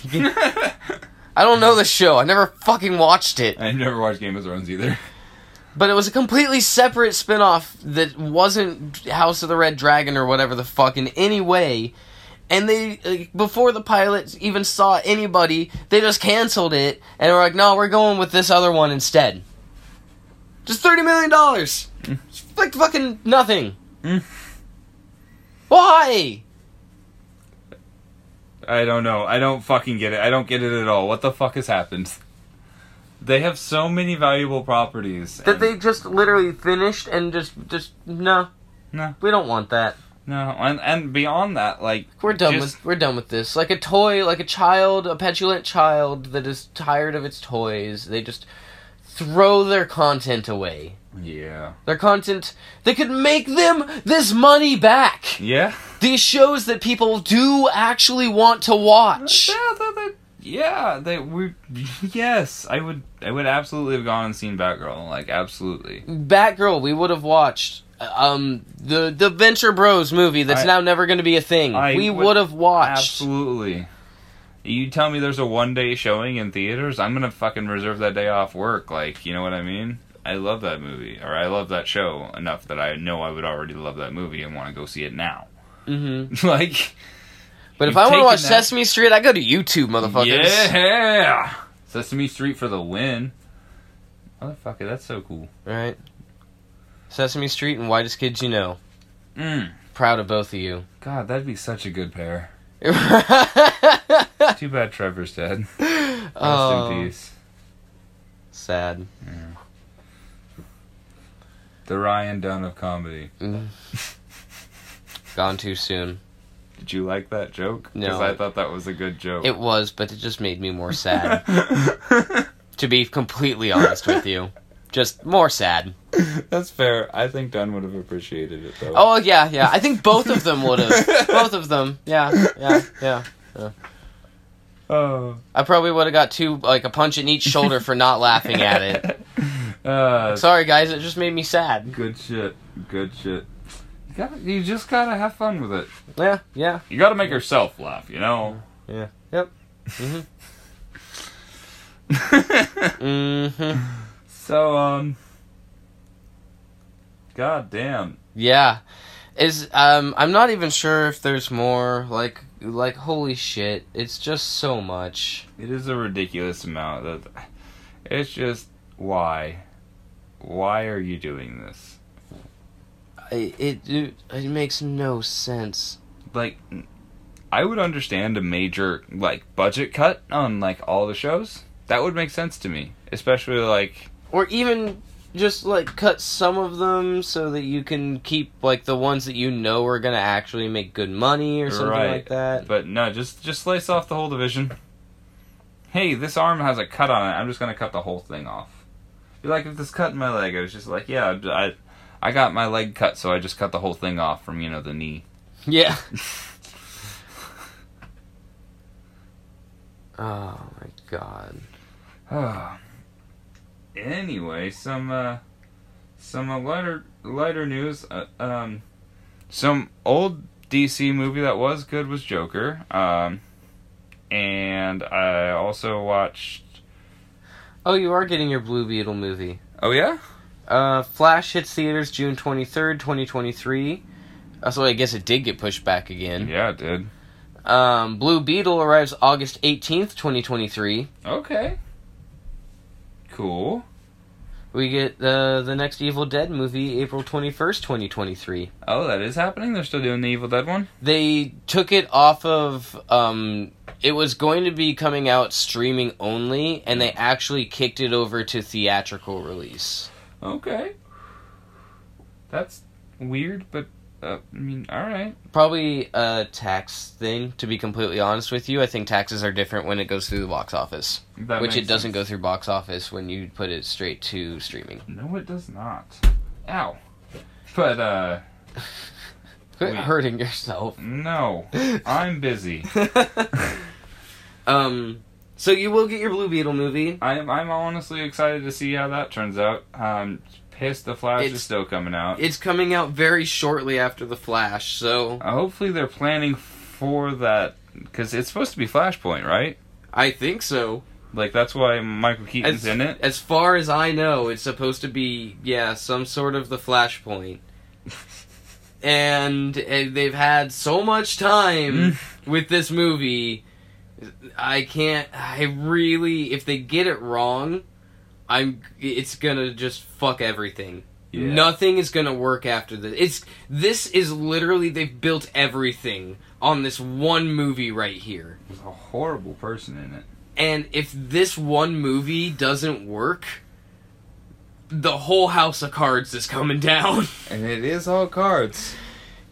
Speaker 3: I don't know the show. I never fucking watched it.
Speaker 2: I've never watched Game of Thrones either.
Speaker 3: But it was a completely separate spin-off that wasn't House of the Red Dragon or whatever the fuck in any way. And they like, before the pilots even saw anybody, they just canceled it and were like, "No, we're going with this other one instead." Just 30 million dollars. It's like fucking nothing.
Speaker 2: Mm.
Speaker 3: Why?
Speaker 2: I don't know. I don't fucking get it. I don't get it at all. What the fuck has happened? They have so many valuable properties.
Speaker 3: That
Speaker 2: and-
Speaker 3: they just literally finished and just just no.
Speaker 2: No.
Speaker 3: We don't want that.
Speaker 2: No, and and beyond that, like
Speaker 3: We're done
Speaker 2: just-
Speaker 3: with we're done with this. Like a toy, like a child, a petulant child that is tired of its toys. They just throw their content away.
Speaker 2: Yeah.
Speaker 3: Their content they could make them this money back.
Speaker 2: Yeah.
Speaker 3: These shows that people do actually want to watch.
Speaker 2: Yeah, that, that, yeah, they we yes, I would I would absolutely have gone and seen Batgirl, like absolutely.
Speaker 3: Batgirl, we would have watched um the the Venture Bros movie that's
Speaker 2: I-
Speaker 3: now never going to be a thing.
Speaker 2: I
Speaker 3: we
Speaker 2: would
Speaker 3: would have watched.
Speaker 2: Absolutely. You tell me there's a one day showing in theaters, I'm gonna fucking reserve that day off work, like, you know what I mean? I love that movie, or I love that show enough that I know I would already love that movie and want to go see it now.
Speaker 3: Mhm.
Speaker 2: like,
Speaker 3: But if
Speaker 2: You've
Speaker 3: I want to
Speaker 2: taken
Speaker 3: watch
Speaker 2: that-
Speaker 3: Sesame Street, I go to YouTube, motherfuckers.
Speaker 2: yeah, Sesame Street for the win. Motherfucker, that's so cool.
Speaker 3: Right. Sesame Street and Whitest Kids You Know.
Speaker 2: Mm.
Speaker 3: Proud of both of you.
Speaker 2: God, that'd be such a good pair.
Speaker 3: oh,
Speaker 2: Too bad Trevor's dead. Rest in peace.
Speaker 3: Oh, sad.
Speaker 2: The Ryan Dunn of comedy.
Speaker 3: Gone too soon.
Speaker 2: Did you like that joke?
Speaker 3: No.
Speaker 2: Because I thought that was a good joke.
Speaker 3: It was, but it just made me more sad. to be completely honest with you, just more sad.
Speaker 4: That's fair. I think Dunn would have appreciated it though.
Speaker 3: Oh yeah, yeah. I think both of them would have. both of them. Yeah, yeah, yeah.
Speaker 2: oh.
Speaker 3: I probably would have got two, like a punch in each shoulder for not laughing at it.
Speaker 2: Uh,
Speaker 3: Sorry, guys. It just made me sad.
Speaker 2: good shit. Good shit. You, gotta, you just gotta have fun with it.
Speaker 3: Yeah, yeah.
Speaker 2: You gotta make yourself laugh, you know?
Speaker 3: Yeah. Yep. Mhm. Mhm.
Speaker 2: so, um. God damn.
Speaker 3: Yeah. Is um I'm not even sure if there's more like like holy shit. It's just so much.
Speaker 2: It is a ridiculous amount. That it's just why, why are you doing this?
Speaker 3: I, it, it it makes no sense.
Speaker 2: Like, I would understand a major like budget cut on like all the shows. That would make sense to me, especially like
Speaker 3: Or even just like cut some of them so that you can keep like the ones that you know are going to actually make good money or something
Speaker 2: Right.
Speaker 3: like that.
Speaker 2: But no, just just slice off the whole division. Hey, this arm has a cut on it. I'm just gonna cut the whole thing off. Be like if this cut in my leg, I was just like, yeah, I, I got my leg cut, so I just cut the whole thing off from you know the knee.
Speaker 3: Yeah. oh my god.
Speaker 2: Ah. anyway, some uh, some uh, lighter lighter news. Uh, um, some old DC movie that was good was Joker. Um, and I also watched.
Speaker 3: Oh, you are getting your Blue Beetle movie.
Speaker 2: Oh yeah.
Speaker 3: Uh, Flash hits theaters June 23rd, 2023. Also, I guess it did get pushed back again.
Speaker 2: Yeah, it did.
Speaker 3: Um, Blue Beetle arrives August 18th, 2023.
Speaker 2: Okay. Cool.
Speaker 3: We get the the next Evil Dead movie April 21st, 2023.
Speaker 2: Oh, that is happening. They're still doing the Evil Dead one.
Speaker 3: They took it off of um it was going to be coming out streaming only and they actually kicked it over to theatrical release.
Speaker 2: Okay. That's weird, but uh, I mean, all right.
Speaker 3: Probably a tax thing to be completely honest with you. I think taxes are different when it goes through the box office,
Speaker 2: That
Speaker 3: which
Speaker 2: makes
Speaker 3: it doesn't go
Speaker 2: sense.
Speaker 3: through box office when you put it straight to streaming.
Speaker 2: No, it does not. Ow. But uh,
Speaker 3: Quit Oh,
Speaker 2: Wait.
Speaker 3: hurting yourself.
Speaker 2: no, I'm busy.
Speaker 3: um, so you will get your Blue Beetle movie.
Speaker 2: I'm I'm honestly excited to see how that turns out. I'm pissed the Flash
Speaker 3: It's-
Speaker 2: is still coming out.
Speaker 3: It's coming out very shortly after the Flash, so
Speaker 2: Uh, hopefully they're planning for that because it's supposed to be Flashpoint, right?
Speaker 3: I think so.
Speaker 2: Like that's why Michael Keaton's
Speaker 3: As,
Speaker 2: in it.
Speaker 3: as far as I know, it's supposed to be yeah, some sort of the Flashpoint. and eh, they've had so much time with this movie. I can't. I really, if they get it wrong, I'm. It's gonna just fuck everything.
Speaker 2: Yeah.
Speaker 3: Nothing is gonna work after this. It's this is literally they've built everything on this one movie right here.
Speaker 2: There's a horrible person in it.
Speaker 3: And if this one movie doesn't work, the whole house of cards is coming down.
Speaker 4: And it is all cards.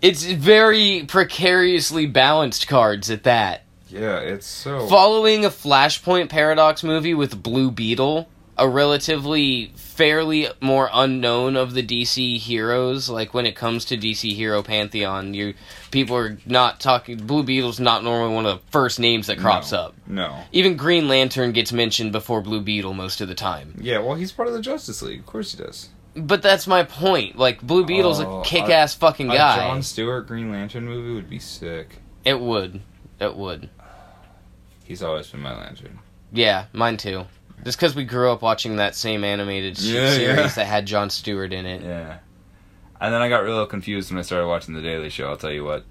Speaker 3: It's very precariously balanced cards at that.
Speaker 4: Yeah, it's so.
Speaker 3: Following a Flashpoint Paradox movie with Blue Beetle, a relatively fairly more unknown of the DC heroes, like when it comes to DC hero pantheon, you people are not talking Blue Beetle's not normally one of the first names that crops
Speaker 4: No.
Speaker 3: up.
Speaker 4: no.
Speaker 3: Even Green Lantern gets mentioned before Blue Beetle most of the time.
Speaker 4: Yeah, well, he's part of the Justice League. Of course he does.
Speaker 3: But that's my point. Like Blue Beetle's
Speaker 4: Oh,
Speaker 3: a kick-ass fucking guy.
Speaker 4: A John Stewart Green Lantern movie would be sick.
Speaker 3: It would. It would.
Speaker 4: He's always been my lantern.
Speaker 3: Yeah, mine too. Just because we grew up watching that same animated sh-
Speaker 4: Yeah,
Speaker 3: series
Speaker 4: yeah.
Speaker 3: that had John Stewart in it.
Speaker 2: Yeah. And then I got real confused when I started watching The Daily Show. I'll tell you what.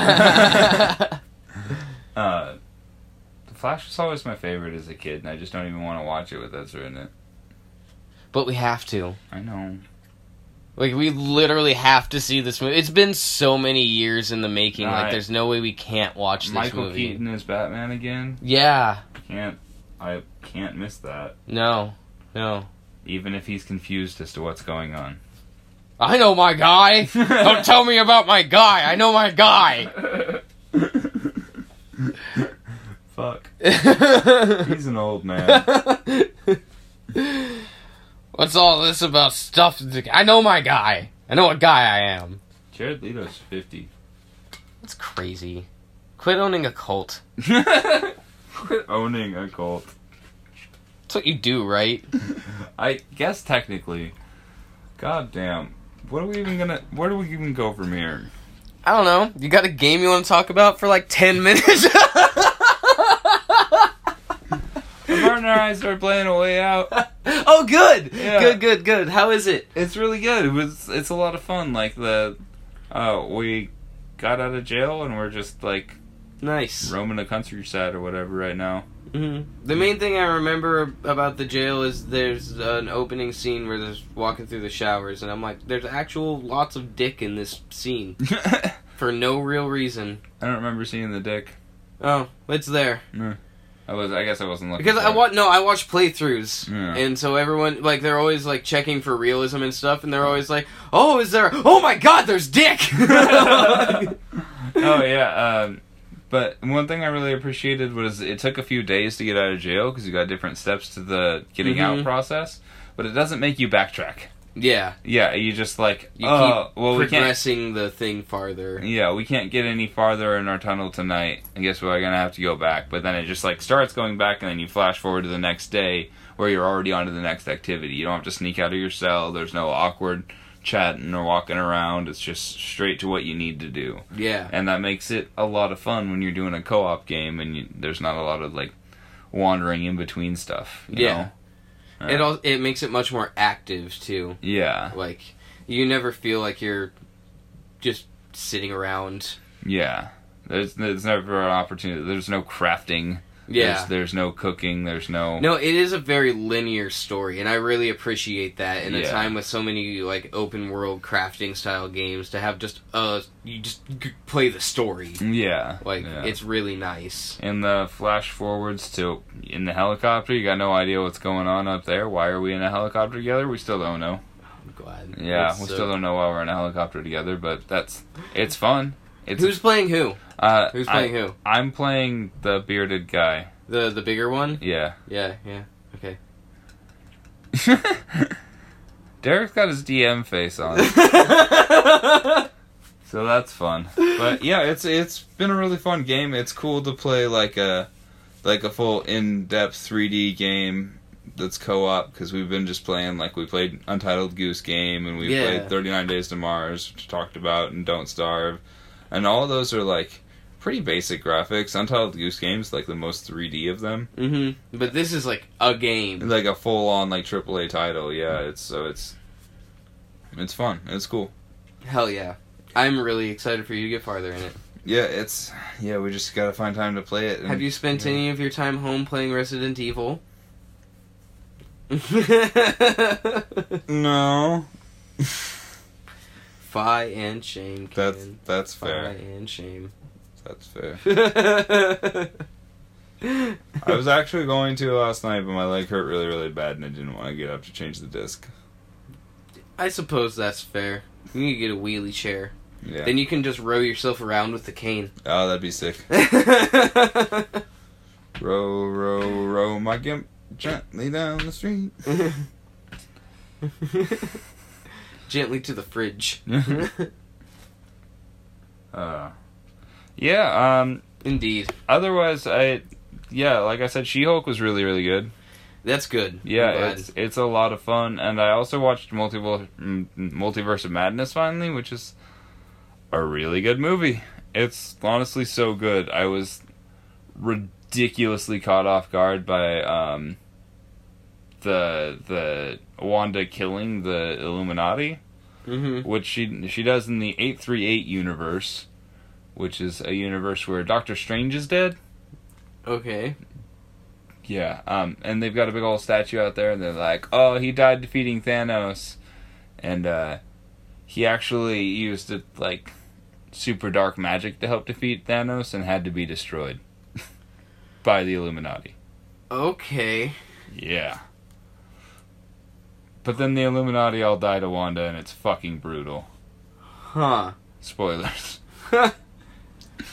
Speaker 2: Uh, the Flash was always my favorite as a kid, and I just don't even want to watch it with Ezra in it.
Speaker 3: but we have to.
Speaker 2: I know.
Speaker 3: Like we literally have to see this movie. It's been so many years in the making. Like
Speaker 2: Right.
Speaker 3: there's no way we can't watch this
Speaker 2: Michael
Speaker 3: movie.
Speaker 2: Keaton is Batman again.
Speaker 3: Yeah.
Speaker 2: Can't I can't miss that.
Speaker 3: No. No.
Speaker 2: Even if he's confused as to what's going on.
Speaker 3: I know my guy. Don't tell me about my guy. I know my guy.
Speaker 2: Fuck. He's an old man.
Speaker 3: What's all this about stuff? I know my guy. I know what guy I am.
Speaker 2: Jared Leto's fifty.
Speaker 3: That's crazy. Quit owning a cult.
Speaker 2: Quit owning a cult.
Speaker 3: That's what you do, right?
Speaker 2: I guess technically. God damn. What are we even gonna where do we even go from here?
Speaker 3: I don't know. You got a game you want to talk about for like 10 minutes?
Speaker 2: We're burning our eyes are playing a way out.
Speaker 3: oh, good.
Speaker 2: Yeah.
Speaker 3: Good, good, good. How is it?
Speaker 2: It's really good. It was it's a lot of fun. Like the uh we got out of jail and we're just like
Speaker 3: Nice.
Speaker 2: roaming the countryside or whatever right now.
Speaker 3: hmm The main thing I remember about the jail is there's an opening scene where there's walking through the showers, and I'm like, there's actual lots of dick in this scene
Speaker 2: I
Speaker 3: for no real reason.
Speaker 2: don't remember seeing the dick.
Speaker 3: Oh, it's there
Speaker 2: I was I guess I wasn't looking
Speaker 3: because
Speaker 2: for
Speaker 3: I
Speaker 2: it.
Speaker 3: watch no, I watch playthroughs,
Speaker 2: Yeah.
Speaker 3: and so everyone like they're always like checking for realism and stuff, and they're always like, oh, is there? Oh my God, there's dick.
Speaker 2: oh yeah. Um, but one thing I really appreciated was it took a few days to get out of jail because you got different steps to the getting
Speaker 3: Mhm.
Speaker 2: out process. But it doesn't make you backtrack.
Speaker 3: yeah,
Speaker 2: Yeah, you just like
Speaker 3: you
Speaker 2: oh
Speaker 3: keep
Speaker 2: well we can't.
Speaker 3: progressing the thing farther.
Speaker 2: Yeah, we can't get any farther in our tunnel tonight. I guess we're gonna have to go back. But then it just like starts going back, and then you flash forward to the next day where you're already onto the next activity. You don't have to sneak out of your cell. There's no awkward chatting or walking around. It's just straight to what you need to do.
Speaker 3: Yeah,
Speaker 2: and that makes it a lot of fun when you're doing a co-op game and you, there's not a lot of like wandering in between stuff you
Speaker 3: Yeah.
Speaker 2: know? Uh,
Speaker 3: it all it makes it much more active too.
Speaker 2: yeah
Speaker 3: Like you never feel like you're just sitting around.
Speaker 2: Yeah. There's there's never an opportunity. There's no crafting. There's, there's no cooking. There's no.
Speaker 3: No, it is a very linear story, and I really appreciate that in a
Speaker 2: Yeah.
Speaker 3: time with so many like open world crafting style games to have just uh you just g- play the story.
Speaker 2: Yeah.
Speaker 3: Like
Speaker 2: yeah.
Speaker 3: it's really nice.
Speaker 2: in the flash forwards to in the helicopter. You got no idea what's going on up there. Why are we in a helicopter together? We still don't know.
Speaker 3: I'm glad.
Speaker 2: Yeah,
Speaker 3: It's uh,
Speaker 2: we
Speaker 3: so-
Speaker 2: still don't know why we're in a helicopter together. But that's it's fun. It's
Speaker 3: Who's playing who?
Speaker 2: uh,
Speaker 3: Who's
Speaker 2: I-
Speaker 3: playing who?
Speaker 2: I'm playing the bearded guy.
Speaker 3: The the bigger one?
Speaker 2: Yeah.
Speaker 3: Yeah, yeah. Okay.
Speaker 2: Derek's got his DM face on, so that's fun. But yeah, it's it's been a really fun game. It's cool to play like a like a full in-depth 3D game that's co-op because we've been just playing like we played Untitled Goose Game and we
Speaker 3: Yeah.
Speaker 2: played 39 Days to Mars, which we talked about, and Don't Starve, and all of those are like pretty basic graphics. Untitled Goose Game's like the most 3D of them.
Speaker 3: mhm. But this is like a game.
Speaker 2: like a full on like AAA title. Yeah, it's so it's it's fun. It's cool.
Speaker 3: Hell yeah. I'm really excited for you to get farther in it.
Speaker 2: Yeah, it's yeah. We just gotta find time to play it. and-
Speaker 3: Have you spent any of your time home playing Resident Evil?
Speaker 2: No,
Speaker 3: Fi and shame.
Speaker 2: that's
Speaker 3: Kaden.
Speaker 2: that's
Speaker 3: Fi
Speaker 2: fair.
Speaker 3: and shame.
Speaker 2: That's fair. I
Speaker 3: I
Speaker 2: was actually going to last night, but my leg hurt really really bad, and I didn't want to get up to change the disc.
Speaker 3: suppose that's fair. You need to get a wheelie chair.
Speaker 2: Yeah.
Speaker 3: Then you can just row yourself around with the cane.
Speaker 2: oh, that'd be sick. Row, row, row my gimp gently down the street.
Speaker 3: Gently to the fridge.
Speaker 2: Uh, yeah. Um.
Speaker 3: Indeed.
Speaker 2: Otherwise, I yeah, like I said, She Hulk was really really good.
Speaker 3: That's good. I'm
Speaker 2: Yeah,
Speaker 3: glad.
Speaker 2: it's it's a lot of fun, and I also watched Multiverse Multiverse of Madness finally, which is a really good movie. It's honestly so good. I was ridiculously caught off guard by um, the the Wanda killing the Illuminati,
Speaker 3: Mhm.
Speaker 2: which she she does in the eight three eight universe, which is a universe where Doctor Strange is dead.
Speaker 3: Okay.
Speaker 2: Yeah, um, and they've got a big old statue out there, and they're like, "Oh, he died defeating Thanos," and uh, he actually used it like super dark magic to help defeat Thanos, and had to be destroyed by the Illuminati.
Speaker 3: Okay.
Speaker 2: Yeah, but then the Illuminati all die to Wanda, and it's fucking brutal.
Speaker 3: Huh.
Speaker 2: Spoilers.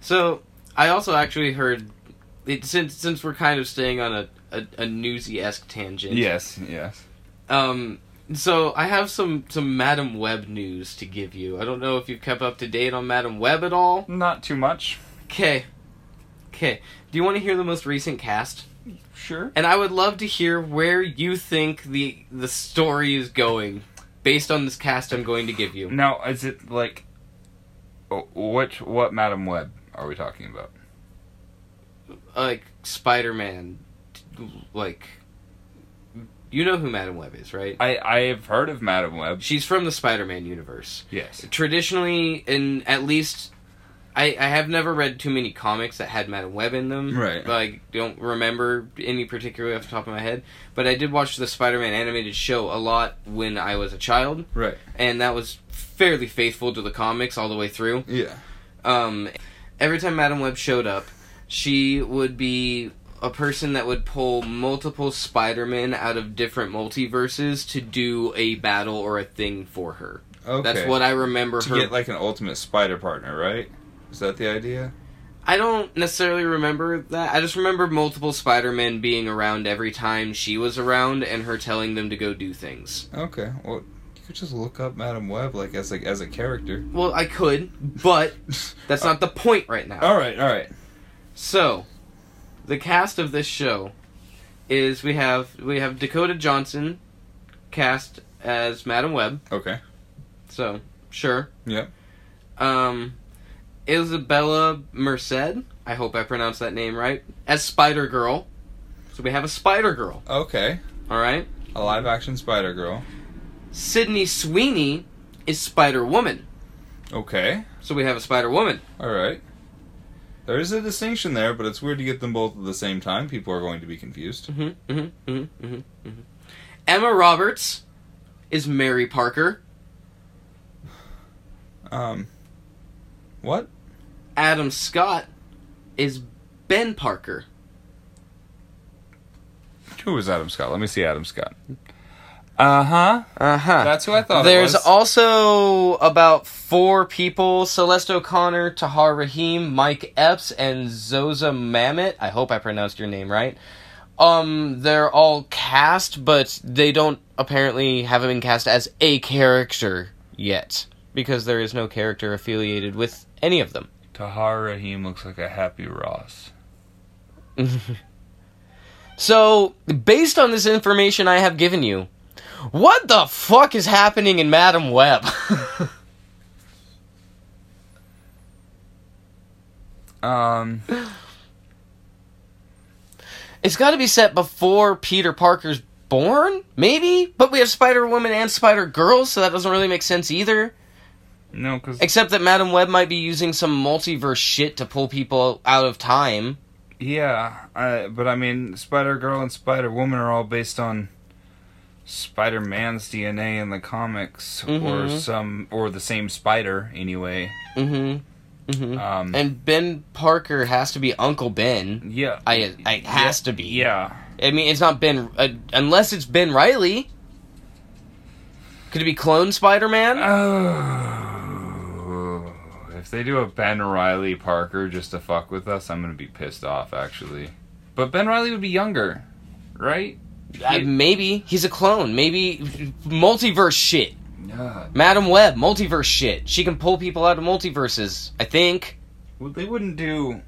Speaker 3: so I also actually heard it, since since we're kind of staying on a a, a newsy esque tangent.
Speaker 2: yes, yes.
Speaker 3: Um. So I have some some Madam Web news to give you. I don't know if you've kept up to date on Madam Web at all.
Speaker 2: Not too much.
Speaker 3: Okay. Okay. Do you want to hear the most recent cast?
Speaker 2: Sure.
Speaker 3: And I would love to hear where you think the the story is going based on this cast I'm going to give you.
Speaker 2: Now, is it like, oh, which what Madam Web are we talking about?
Speaker 3: like Spider-Man, like you know who Madam Web is, right?
Speaker 2: I I have heard of Madam Web.
Speaker 3: She's from the Spider-Man universe.
Speaker 2: Yes.
Speaker 3: Traditionally, in at least, I I have never read too many comics that had Madam Web in them.
Speaker 2: Right.
Speaker 3: Like don't remember any particularly off the top of my head, but I did watch the Spider-Man animated show a lot when I was a child,
Speaker 2: Right.
Speaker 3: and that was fairly faithful to the comics all the way through.
Speaker 2: Yeah.
Speaker 3: um, every time Madam Web showed up, she would be a person that would pull multiple Spider-Men out of different multiverses to do a battle or a thing for her.
Speaker 2: Okay.
Speaker 3: That's what I remember
Speaker 2: to
Speaker 3: her.
Speaker 2: get like an ultimate spider partner, right? Is that the idea?
Speaker 3: I don't necessarily remember that. I just remember multiple Spider-Men being around every time she was around and her telling them to go do things.
Speaker 2: Okay. Well, you could just look up Madam Web like as like as a character.
Speaker 3: Well, I could, but that's
Speaker 2: Uh,
Speaker 3: not the point right now.
Speaker 2: all right. All right.
Speaker 3: So, the cast of this show is we have we have Dakota Johnson cast as Madam Web.
Speaker 2: Okay.
Speaker 3: So, sure.
Speaker 2: Yep.
Speaker 3: Um Isabella Merced, I hope I pronounced that name right, as Spider Girl. So we have a Spider Girl,
Speaker 2: Okay.
Speaker 3: all right?
Speaker 2: A live action Spider Girl.
Speaker 3: Sydney Sweeney is Spider Woman.
Speaker 4: Okay.
Speaker 3: So we have a Spider Woman.
Speaker 4: All right. There is a distinction there, but it's weird to get them both at the same time. People are going to be confused.
Speaker 3: Mm-hmm, mm-hmm, mm-hmm, mm-hmm. Emma Roberts is Mary Parker.
Speaker 4: Um, what?
Speaker 3: Adam Scott is Ben Parker.
Speaker 2: Who is Adam Scott? Let me see Adam Scott. Uh huh.
Speaker 3: Uh huh.
Speaker 2: That's who I thought.
Speaker 3: There's
Speaker 2: it was.
Speaker 3: also about four people Celeste O'Connor, Tahar Rahim, Mike Epps, and Zoza Mamet. I hope I pronounced your name right. Um, they're all cast, but they don't apparently haven't been cast as a character yet because there is no character affiliated with any of them.
Speaker 2: Tahar Rahim looks like a happy Ross.
Speaker 3: So, based on this information I have given you, what the fuck is happening in Madam Web?
Speaker 2: Um,
Speaker 3: It's got to be set before Peter Parker's born, maybe. But we have Spider Woman and Spider Girl, so that doesn't really make sense either.
Speaker 2: no, because
Speaker 3: Except that Madam Web might be using some multiverse shit to pull people out of time.
Speaker 2: yeah, I, but I mean, Spider Girl and Spider Woman are all based on Spider Man's DNA in the comics, or
Speaker 3: Mhm.
Speaker 2: some, or the same Spider anyway.
Speaker 3: Mm-hmm. Mm-hmm.
Speaker 2: Um,
Speaker 3: and Ben Parker has to be Uncle Ben.
Speaker 2: yeah,
Speaker 3: I, I it has to be.
Speaker 2: yeah.
Speaker 3: I mean, it's not Ben uh, unless it's Ben Riley. Could it be clone Spider Man?
Speaker 2: Oh, if they do a Ben Riley Parker just to fuck with us, I'm gonna be pissed off actually. But Ben Riley would be younger, right?
Speaker 3: Uh, maybe he's a clone. Maybe multiverse shit.
Speaker 2: Yeah.
Speaker 3: Madam Web, multiverse shit. She can pull people out of multiverses. I think.
Speaker 2: Well, they wouldn't do,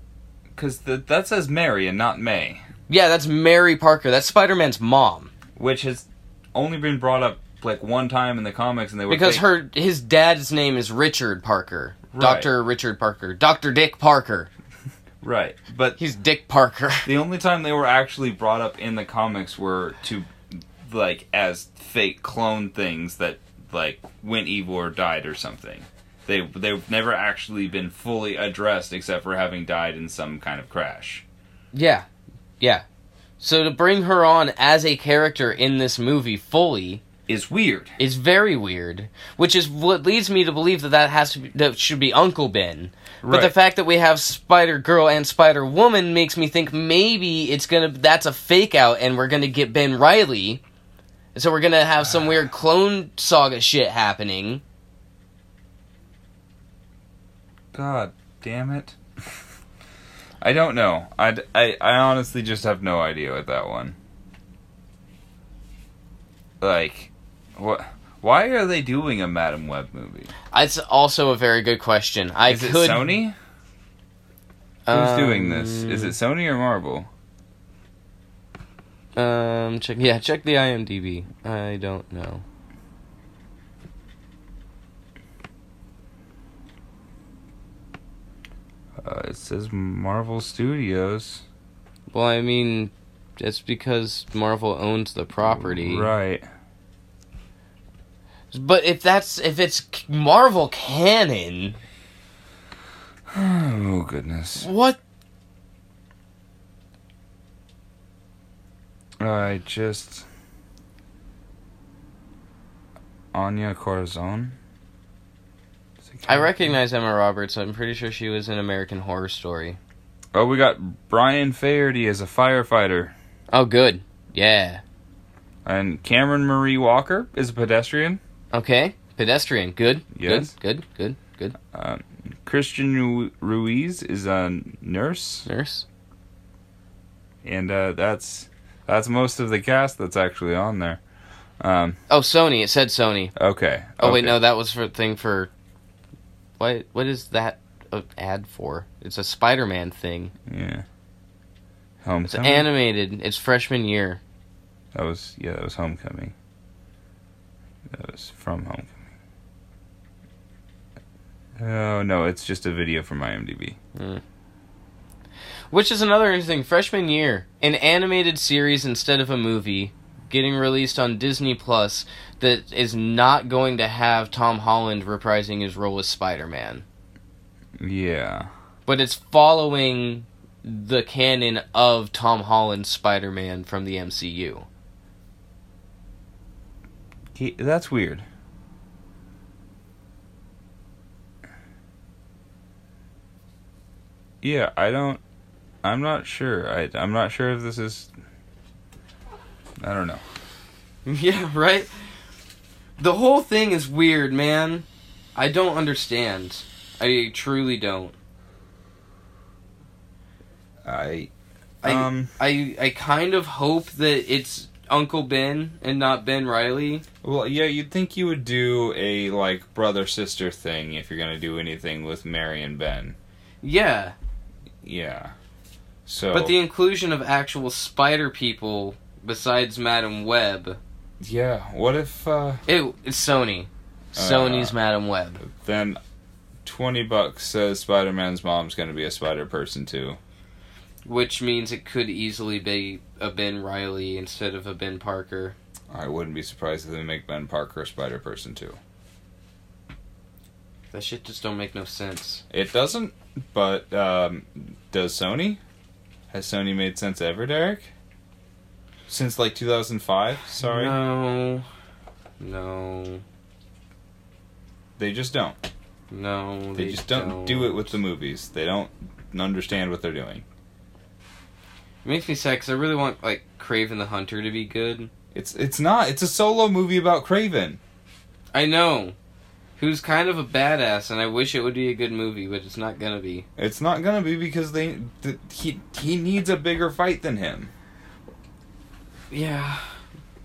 Speaker 2: because that says Mary and not May,
Speaker 3: Yeah, that's Mary Parker. That's Spider Man's mom.
Speaker 2: which has only been brought up like one time in the comics, and they were
Speaker 3: Because
Speaker 2: fake-
Speaker 3: her his dad's name is Richard Parker.
Speaker 2: Right.
Speaker 3: Dr. Richard Parker. Dr. Dick Parker.
Speaker 2: right. But
Speaker 3: He's Dick Parker.
Speaker 2: the only time they were actually brought up in the comics were to like as fake clone things that like went evil or died or something. They they've never actually been fully addressed except for having died in some kind of crash.
Speaker 3: yeah. Yeah. So to bring her on as a character in this movie fully
Speaker 2: Is weird.
Speaker 3: is very weird, which is what leads me to believe that that has to be, that should be Uncle Ben. But the
Speaker 2: Right.
Speaker 3: fact that we have Spider Girl and Spider Woman makes me think maybe it's gonna that's a fake out, and we're gonna get Ben Riley. So we're gonna have some weird
Speaker 2: Ah.
Speaker 3: clone saga shit happening.
Speaker 2: God damn it. I don't know. I'd, I I honestly just have no idea with that one. Like, what? Why are they doing a Madam Web movie?
Speaker 3: That's also a very good question. I
Speaker 2: Is it
Speaker 3: could.
Speaker 2: Sony? Who's doing this? Is it Sony or Marvel?
Speaker 3: Um. Check. Yeah. Check the IMDb. I don't know.
Speaker 2: Uh, it says Marvel Studios.
Speaker 3: Well, I mean, that's because Marvel owns the property.
Speaker 2: Right.
Speaker 3: But if that's if it's Marvel canon,
Speaker 2: Oh goodness.
Speaker 3: what?
Speaker 2: I just. Anya Corazon. Is it-
Speaker 3: I recognize Emma Roberts. I'm pretty sure she was in American Horror Story.
Speaker 2: Oh, we got Brian Faherty as a firefighter,
Speaker 3: Oh, good. Yeah.
Speaker 2: and Cameron Marie Walker is a pedestrian.
Speaker 3: Okay. Pedestrian. Good.
Speaker 2: Yes.
Speaker 3: Good. Good. Good. Good.
Speaker 2: Um, Christian Ru- Ruiz is a nurse,
Speaker 3: Nurse.
Speaker 2: and uh, that's that's most of the cast that's actually on there. Um,
Speaker 3: Oh, Sony. It said Sony.
Speaker 2: okay.
Speaker 3: Oh wait,
Speaker 2: okay.
Speaker 3: no, that was for thing for. What? What is that uh, ad for? It's a Spider-Man thing.
Speaker 2: Yeah.
Speaker 3: It's
Speaker 2: Homecoming.
Speaker 3: animated. It's freshman year.
Speaker 2: that was yeah, that was Homecoming. That was from Homecoming. Oh no, it's just a video from IMDb.
Speaker 3: Which is another interesting freshman year, an animated series instead of a movie, getting released on Disney Plus that is not going to have Tom Holland reprising his role as Spider Man.
Speaker 2: Yeah.
Speaker 3: But it's following the canon of Tom Holland's Spider Man from the MCU.
Speaker 2: He, that's weird. Yeah, I don't. I'm not sure. I, I'm not sure if this is. I don't know.
Speaker 3: Yeah, right? The whole thing is weird, man. I don't understand. I truly don't.
Speaker 2: I.
Speaker 3: I-
Speaker 2: Um.
Speaker 3: I I kind of hope that it's Uncle Ben and not Ben Riley.
Speaker 4: Well, yeah, you'd think you would do a like brother sister thing if you're gonna do anything with Mary and Ben.
Speaker 3: Yeah,
Speaker 4: Yeah. So.
Speaker 3: but the inclusion of actual spider people besides Madam Web.
Speaker 4: yeah. What if uh,
Speaker 3: It, it's Sony. Sony's
Speaker 4: Uh.
Speaker 3: Madam Web.
Speaker 4: then twenty bucks says Spider Man's mom's gonna be a spider person too?
Speaker 3: Which means it could easily be a Ben Riley instead of a Ben Parker.
Speaker 4: I wouldn't be surprised if they make Ben Parker a spider person too.
Speaker 3: That shit just don't make no sense.
Speaker 4: It doesn't, but um, does Sony? Has Sony made sense ever, Derek? Since like 2005? Sorry.
Speaker 3: No. No.
Speaker 4: They just don't.
Speaker 3: No.
Speaker 4: They, just don't, do it with the movies. They don't understand what they're doing.
Speaker 3: It makes me sad because I really want, like, Craven the Hunter to be good.
Speaker 4: It's it's not. It's a solo movie about Craven.
Speaker 3: I know. Who's kind of a badass, and I wish it would be a good movie, but it's not gonna be.
Speaker 4: It's not gonna be because they th- he he needs a bigger fight than him.
Speaker 3: Yeah.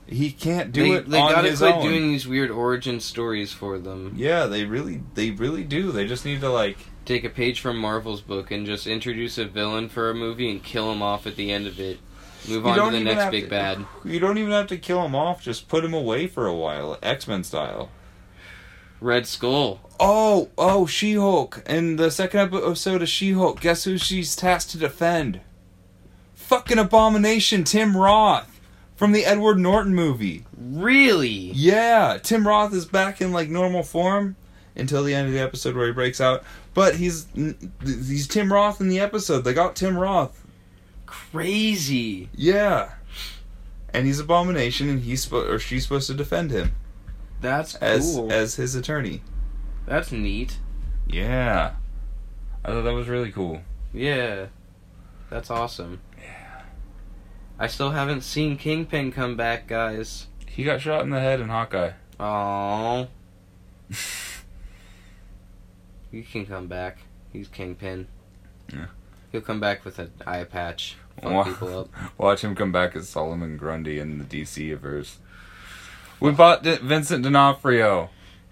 Speaker 4: He can't do
Speaker 3: they,
Speaker 4: it
Speaker 3: they
Speaker 4: on
Speaker 3: gotta
Speaker 4: his
Speaker 3: quit
Speaker 4: own.
Speaker 3: doing these weird origin stories for them.
Speaker 4: yeah, they really they really do. They just need to like
Speaker 3: Take a page from Marvel's book and just introduce a villain for a movie and kill him off at the end of it. Move
Speaker 4: You
Speaker 3: on
Speaker 4: don't
Speaker 3: to the
Speaker 4: even
Speaker 3: next
Speaker 4: have
Speaker 3: big
Speaker 4: to-
Speaker 3: bad.
Speaker 4: you don't even have to kill him off. Just put him away for a while, X Men style.
Speaker 3: Red Skull.
Speaker 4: Oh, oh, She Hulk. In the second episode of She Hulk, guess who she's tasked to defend? Fucking Abomination, Tim Roth from the Edward Norton movie.
Speaker 3: Really?
Speaker 4: Yeah, Tim Roth is back in like normal form until the end of the episode where he breaks out. But he's he's Tim Roth in the episode. They got Tim Roth.
Speaker 3: Crazy.
Speaker 4: Yeah. And he's Abomination, and he's spo- or she's supposed to defend him
Speaker 3: That's
Speaker 4: as
Speaker 3: cool.
Speaker 4: as his attorney.
Speaker 3: That's neat.
Speaker 2: Yeah. I thought that was really cool.
Speaker 3: Yeah. That's awesome. Yeah. I still haven't seen Kingpin come back, guys.
Speaker 2: He got shot in the head in Hawkeye.
Speaker 3: Aww. you can come back. He's Kingpin.
Speaker 2: Yeah.
Speaker 3: He'll come back with an eye patch. Fuck
Speaker 2: Wha-
Speaker 3: people up.
Speaker 2: Watch him come back as Solomon Grundy in the DC verse. We bought D- Vincent D'Onofrio.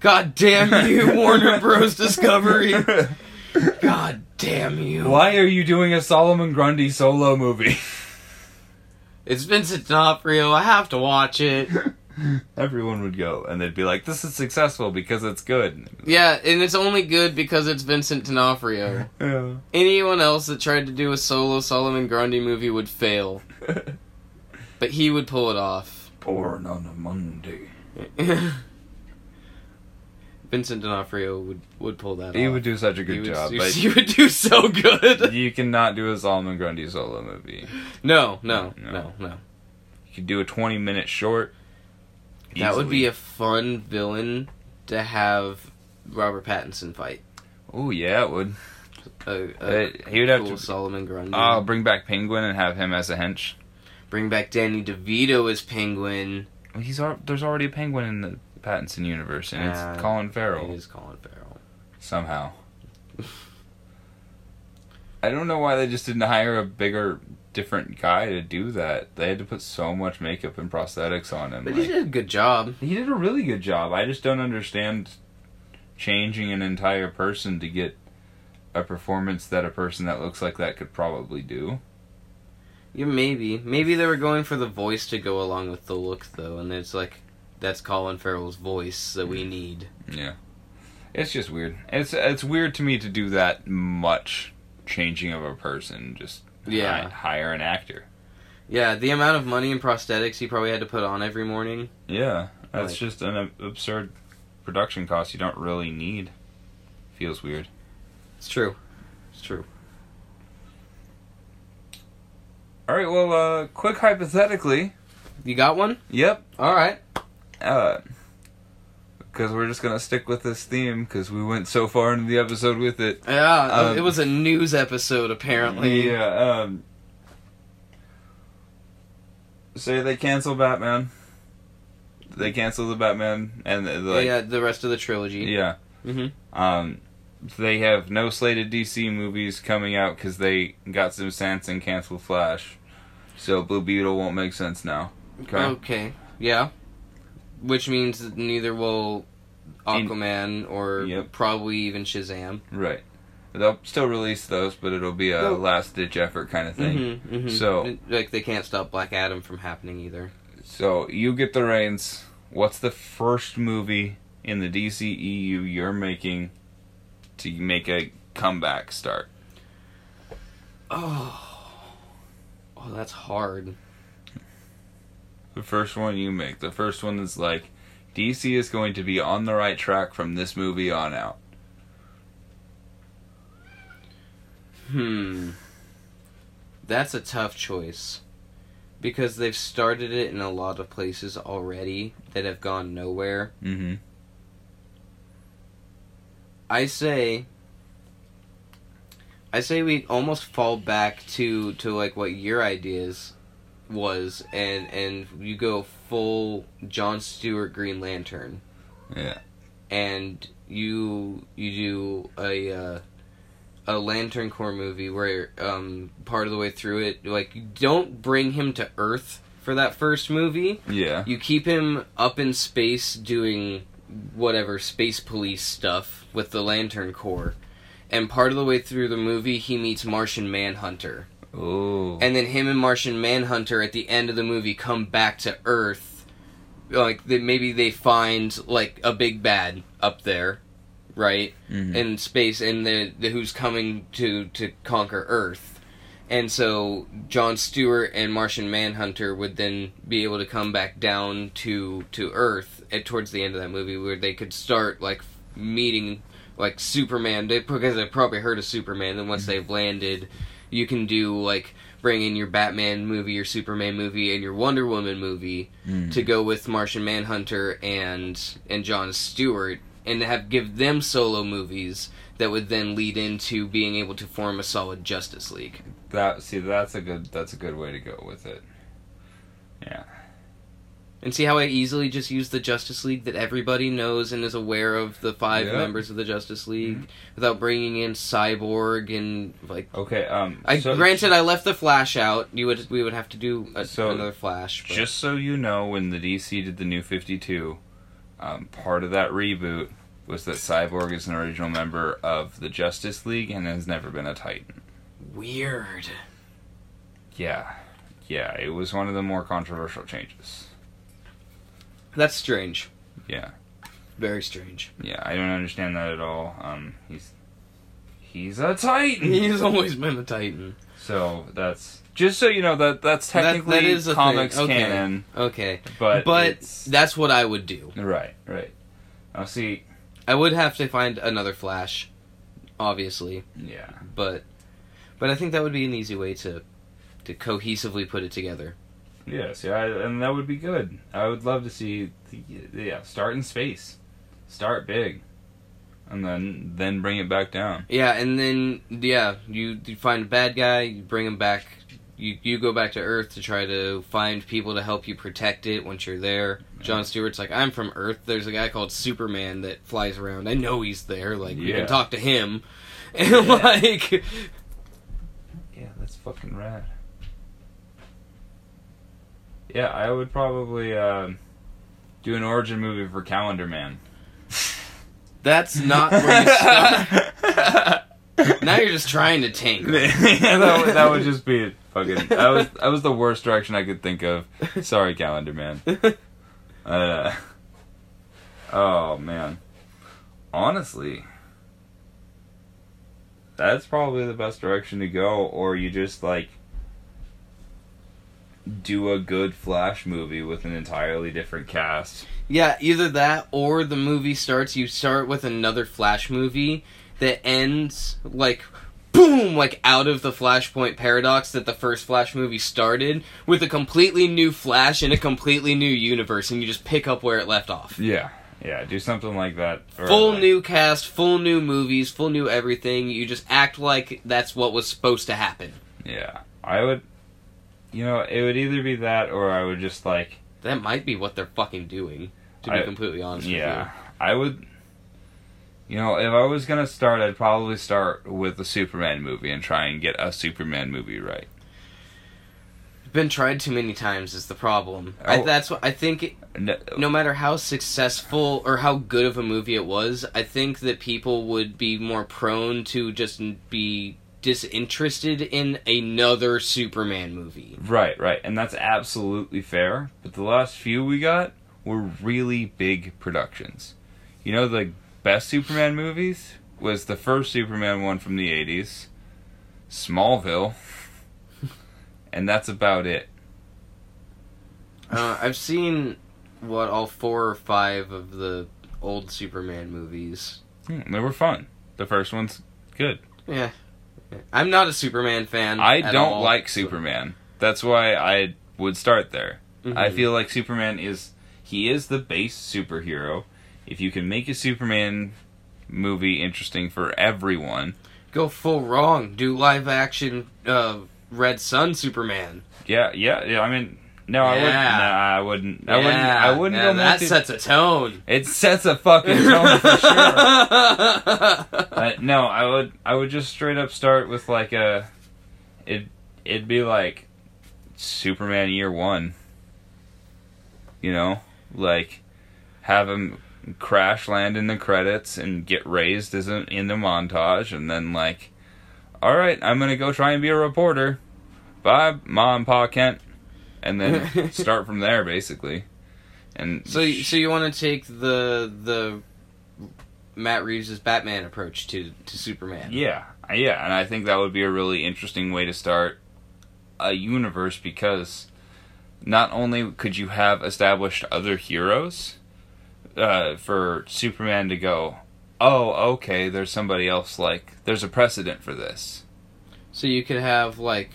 Speaker 3: God damn you, Warner Bros. Discovery. God damn you.
Speaker 2: Why are you doing a Solomon Grundy solo movie?
Speaker 3: It's Vincent D'Onofrio. I have to watch it.
Speaker 2: Everyone would go, and they'd be like, "This is successful because it's good."
Speaker 3: yeah, and it's only good because it's Vincent D'Onofrio.
Speaker 2: Yeah.
Speaker 3: Anyone else that tried to do a solo Solomon Grundy movie would fail, but he would pull it off.
Speaker 2: Born on a Monday.
Speaker 3: Vincent D'Onofrio would, would pull that
Speaker 2: He
Speaker 3: off.
Speaker 2: would do such a good
Speaker 3: he would,
Speaker 2: job,
Speaker 3: he,
Speaker 2: but
Speaker 3: he would do so good.
Speaker 2: you cannot do a Solomon Grundy solo movie.
Speaker 3: No, no,
Speaker 2: No.
Speaker 3: no, no.
Speaker 2: You could do a twenty-minute short.
Speaker 3: That would be
Speaker 2: easily.
Speaker 3: a fun villain to have Robert Pattinson fight.
Speaker 2: Oh yeah, it would.
Speaker 3: A, a
Speaker 2: Uh, he would have
Speaker 3: cool
Speaker 2: to-
Speaker 3: Solomon Grundy.
Speaker 2: Oh, bring back Penguin and have him as a hench.
Speaker 3: Bring back Danny DeVito as Penguin.
Speaker 2: He's al- there's already a Penguin in the Pattinson universe, and
Speaker 3: Ah,
Speaker 2: it's Colin Farrell.
Speaker 3: He is Colin Farrell.
Speaker 2: somehow. I don't know why they just didn't hire a bigger, different guy to do that. They had to put so much makeup and prosthetics on him.
Speaker 3: But he
Speaker 2: like-
Speaker 3: did a good job.
Speaker 2: he did a really good job. I just don't understand changing an entire person to get a performance that a person that looks like that could probably do.
Speaker 3: Yeah, maybe. Maybe they were going for the voice to go along with the look, though, and it's like, that's Colin Farrell's voice that we need.
Speaker 2: Yeah, it's just weird. It's it's weird to me to do that much changing of a person. Just hi-
Speaker 3: Yeah.
Speaker 2: hire an actor.
Speaker 3: Yeah, the amount of money and prosthetics he probably had to put on every morning.
Speaker 2: Yeah, that's
Speaker 3: Like-
Speaker 2: just an ab- absurd production cost you don't really need. Feels weird.
Speaker 3: It's true. It's true.
Speaker 2: All right, well, uh, quick hypothetically.
Speaker 3: You got one?
Speaker 2: Yep.
Speaker 3: All right.
Speaker 2: Uh, because we're just gonna stick with this theme because we went so far into the episode with it.
Speaker 3: Yeah,
Speaker 2: Um,
Speaker 3: it was a news episode apparently.
Speaker 2: Yeah. Um. Say they cancel Batman. They cancel the Batman and the, the, like,
Speaker 3: yeah, the rest of the trilogy.
Speaker 2: yeah.
Speaker 3: Mhm.
Speaker 2: Um, they have no slated DC movies coming out because they got some sense and canceled Flash, so Blue Beetle won't make sense now. Okay.
Speaker 3: Okay. Yeah. Which means that neither will
Speaker 2: In-
Speaker 3: Aquaman or
Speaker 2: Yep.
Speaker 3: probably even Shazam.
Speaker 2: Right. They'll still release those, but it'll be a
Speaker 3: No.
Speaker 2: last ditch effort kind of thing.
Speaker 3: Mm-hmm, mm-hmm.
Speaker 2: So-
Speaker 3: like they can't stop Black Adam from happening either.
Speaker 2: So you get the reins. What's the first movie in the DCEU you're making to make a comeback start?
Speaker 3: Oh. Oh, that's hard.
Speaker 2: The first one you make. The first one is like DC is going to be on the right track from this movie on out.
Speaker 3: Hmm. That's a tough choice. Because they've started it in a lot of places already that have gone nowhere.
Speaker 2: Mm-hmm.
Speaker 3: I say I say we almost fall back to to like what your ideas was and and you go full John Stewart Green Lantern
Speaker 2: Yeah.
Speaker 3: and you you do a uh, a Lantern Corps movie where um part of the way through it like you don't bring him to Earth for that first movie
Speaker 2: Yeah.
Speaker 3: you keep him up in space doing whatever space police stuff with the Lantern Corps. And part of the way through the movie, he meets Martian Manhunter.
Speaker 2: Oh.
Speaker 3: And then him and Martian Manhunter at the end of the movie come back to Earth. Like, they, maybe they find, like, a big bad up there, right?
Speaker 2: Mhm.
Speaker 3: in space and the, the who's coming to to conquer earth and so john stewart and martian manhunter would then be able to come back down to to earth at towards the end of that movie where they could start like meeting like superman they, because they probably heard of superman then once they've landed you can do like bring in your batman movie your superman movie and your wonder woman movie
Speaker 2: Mm.
Speaker 3: to go with Martian Manhunter and and John Stewart and have give them solo movies that would then lead into being able to form a solid Justice League.
Speaker 2: that see that's a good that's a good way to go with it.
Speaker 3: And see how I easily just use the Justice League that everybody knows and is aware of the five
Speaker 2: Yeah. Mm-hmm.
Speaker 3: members of the Justice League without bringing in Cyborg and like
Speaker 2: Okay. Um.
Speaker 3: I
Speaker 2: so-
Speaker 3: granted I left the Flash out. You would we would have to do a,
Speaker 2: So,
Speaker 3: another Flash. but-
Speaker 2: Just so you know, when the DC did the New Fifty Two, um, part of that reboot was that Cyborg is an original member of the Justice League and has never been a Titan.
Speaker 3: weird.
Speaker 2: Yeah, yeah, it was one of the more controversial changes.
Speaker 3: That's strange.
Speaker 2: Yeah.
Speaker 3: Very strange.
Speaker 2: Yeah, I don't understand that at all. Um, he's he's a Titan.
Speaker 3: He's always been a Titan.
Speaker 2: So that's just so you know that that's
Speaker 3: That- that
Speaker 2: technically
Speaker 3: is a thing.
Speaker 2: comics
Speaker 3: Okay.
Speaker 2: canon,
Speaker 3: Okay.
Speaker 2: but
Speaker 3: but
Speaker 2: it's-
Speaker 3: that's what I would do.
Speaker 2: right, right. Now see,
Speaker 3: I would have to find another Flash, obviously,
Speaker 2: yeah.
Speaker 3: but but I think that would be an easy way to to cohesively put it together.
Speaker 2: Yes, yeah, I- and that would be good. I would love to see, the, yeah, start in space, start big, and then then bring it back down.
Speaker 3: Yeah, and then yeah, you, you find a bad guy, you bring him back. You you go back to Earth to try to find people to help you protect it once you're there. John Stewart's like, I'm from Earth. There's a guy called Superman that flies around. I know he's there. Like you
Speaker 2: Yeah.
Speaker 3: can talk to him. And like
Speaker 2: Yeah, that's fucking rad. Yeah, I would probably um, do an origin movie for Calendar Man.
Speaker 3: that's not where you start. now you're just trying to tangle.
Speaker 2: yeah, that, would, that would just be it. fucking. That was that was the worst direction I could think of. Sorry, Calendar Man. Uh, oh man, honestly, that's probably the best direction to go. Or you just like do a good Flash movie with an entirely different cast.
Speaker 3: Yeah, either that or the movie starts. You start with another Flash movie that ends like boom, like out of the Flashpoint paradox that the first Flash movie started with a completely new Flash in a completely new universe, and you just pick up where it left off.
Speaker 2: Yeah, yeah, do something like that. or
Speaker 3: Full
Speaker 2: like-
Speaker 3: new cast, full new movies, full new everything. You just act like that's what was supposed to happen.
Speaker 2: Yeah, I would. You know, it would either be that or I would just like.
Speaker 3: That might be what they're fucking doing. To be
Speaker 2: I-
Speaker 3: completely honest with
Speaker 2: Yeah, I would. You know, if I was gonna start, I'd probably start with a Superman movie and try and get a Superman movie right.
Speaker 3: you, been tried too many times is the problem. I,
Speaker 2: Oh.
Speaker 3: that's what I think. It,
Speaker 2: No,
Speaker 3: no matter how successful or how good of a movie it was, I think that people would be more prone to just n- be disinterested in another Superman movie.
Speaker 2: Right, right, and that's absolutely fair. But the last few we got were really big productions. You know, the best Superman movies was the first Superman one from the '80s, Smallville, and that's about it.
Speaker 3: Uh, I've seen what all four or five of the old Superman movies.
Speaker 2: Hmm, they were fun. The first one's good.
Speaker 3: Yeah, I'm not a Superman fan.
Speaker 2: I
Speaker 3: at
Speaker 2: don't
Speaker 3: all.
Speaker 2: like Superman. That's why I would start there. I
Speaker 3: Mhm.
Speaker 2: feel like Superman is he is the base superhero. If you can make a Superman movie interesting for everyone,
Speaker 3: go full wrong. Do live action uh, Red Sun Superman.
Speaker 2: yeah, yeah, yeah. I mean, no,
Speaker 3: Yeah.
Speaker 2: I wouldn't. Nah, I wouldn't.
Speaker 3: Yeah,
Speaker 2: I wouldn't. I wouldn't
Speaker 3: yeah,
Speaker 2: go
Speaker 3: that
Speaker 2: multi-
Speaker 3: sets a tone.
Speaker 2: It sets a fucking tone for sure. Uh, no, I would I would just straight up start with like a it it'd be like Superman year 1. You know, like have him crash land in the credits and get raised as a, in the montage and then like all right, I'm going to go try and be a reporter. Bye mom, pa Kent. And then start from there basically. And
Speaker 3: so, you- so you want to take the the Matt Reeves' Batman approach to to Superman?
Speaker 2: Yeah, yeah, and I think that would be a really interesting way to start a universe because not only could you have established other heroes uh, for Superman to go, oh, okay, there's somebody else like there's a precedent for this.
Speaker 3: So you could have like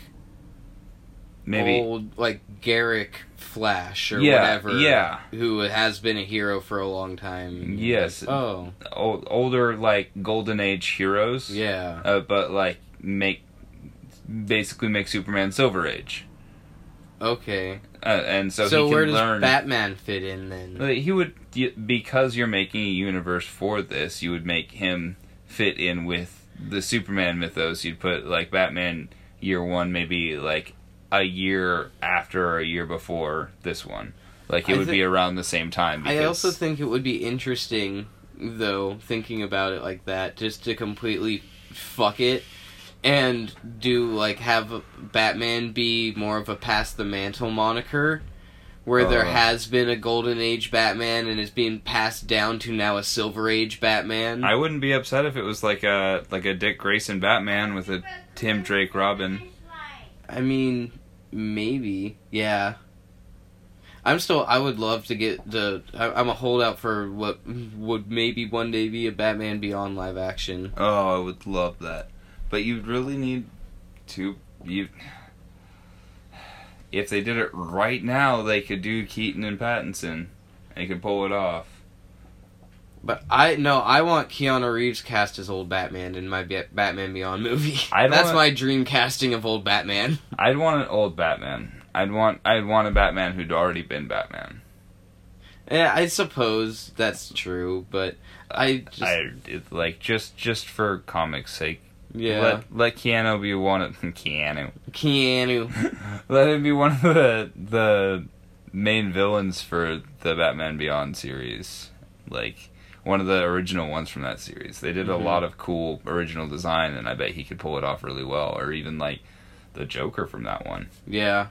Speaker 2: Maybe
Speaker 3: old like Garrick Flash or
Speaker 2: yeah,
Speaker 3: whatever,
Speaker 2: yeah,
Speaker 3: who has been a hero for a long time.
Speaker 2: Yes.
Speaker 3: Oh,
Speaker 2: old, older like golden age heroes.
Speaker 3: yeah.
Speaker 2: uh, but like make basically make Superman Silver Age,
Speaker 3: Okay.
Speaker 2: uh, and so,
Speaker 3: So,
Speaker 2: he can
Speaker 3: where does
Speaker 2: learn.
Speaker 3: Batman fit in then?
Speaker 2: Well, He would y- because you're making a universe for this. You would make him fit in with the Superman mythos. You'd put like Batman Year One, maybe like a year after or a year before this one. Like it
Speaker 3: I
Speaker 2: would
Speaker 3: thi-
Speaker 2: be around the same time.
Speaker 3: I also
Speaker 2: because-
Speaker 3: think it would be interesting, though, thinking about it like that, just to completely fuck it and do like have Batman be more of a pass the mantle moniker. Where there
Speaker 2: Oh.
Speaker 3: has been a golden age Batman and is being passed down to now a silver age Batman.
Speaker 2: I wouldn't be upset if it was like a like a Dick Grayson Batman with a Tim Drake Robin.
Speaker 3: I mean, maybe, yeah. I'm still. I would love to get the. I, I'm a holdout for what would maybe one day be a Batman Beyond live action.
Speaker 2: Oh, I would love that. But you really need to you if they did it right now, they could do Keaton and Pattinson. They could pull it off.
Speaker 3: But I no, I want Keanu Reeves cast as old Batman in my Ba- Batman Beyond movie.
Speaker 2: I don't
Speaker 3: That's
Speaker 2: want-
Speaker 3: my dream casting of old Batman.
Speaker 2: I'd want an old Batman. I'd want I'd want a Batman who'd already been Batman.
Speaker 3: Yeah, I suppose that's true, but I just
Speaker 2: I it, like just just for comics sake.
Speaker 3: yeah,
Speaker 2: Let let Keanu be one of Keanu.
Speaker 3: Keanu.
Speaker 2: Let him be one of the the main villains for the Batman Beyond series. Like one of the original ones from that series. They did
Speaker 3: Mhm.
Speaker 2: a lot of cool original design and I bet he could pull it off really well or even like the Joker from that one.
Speaker 3: Yeah,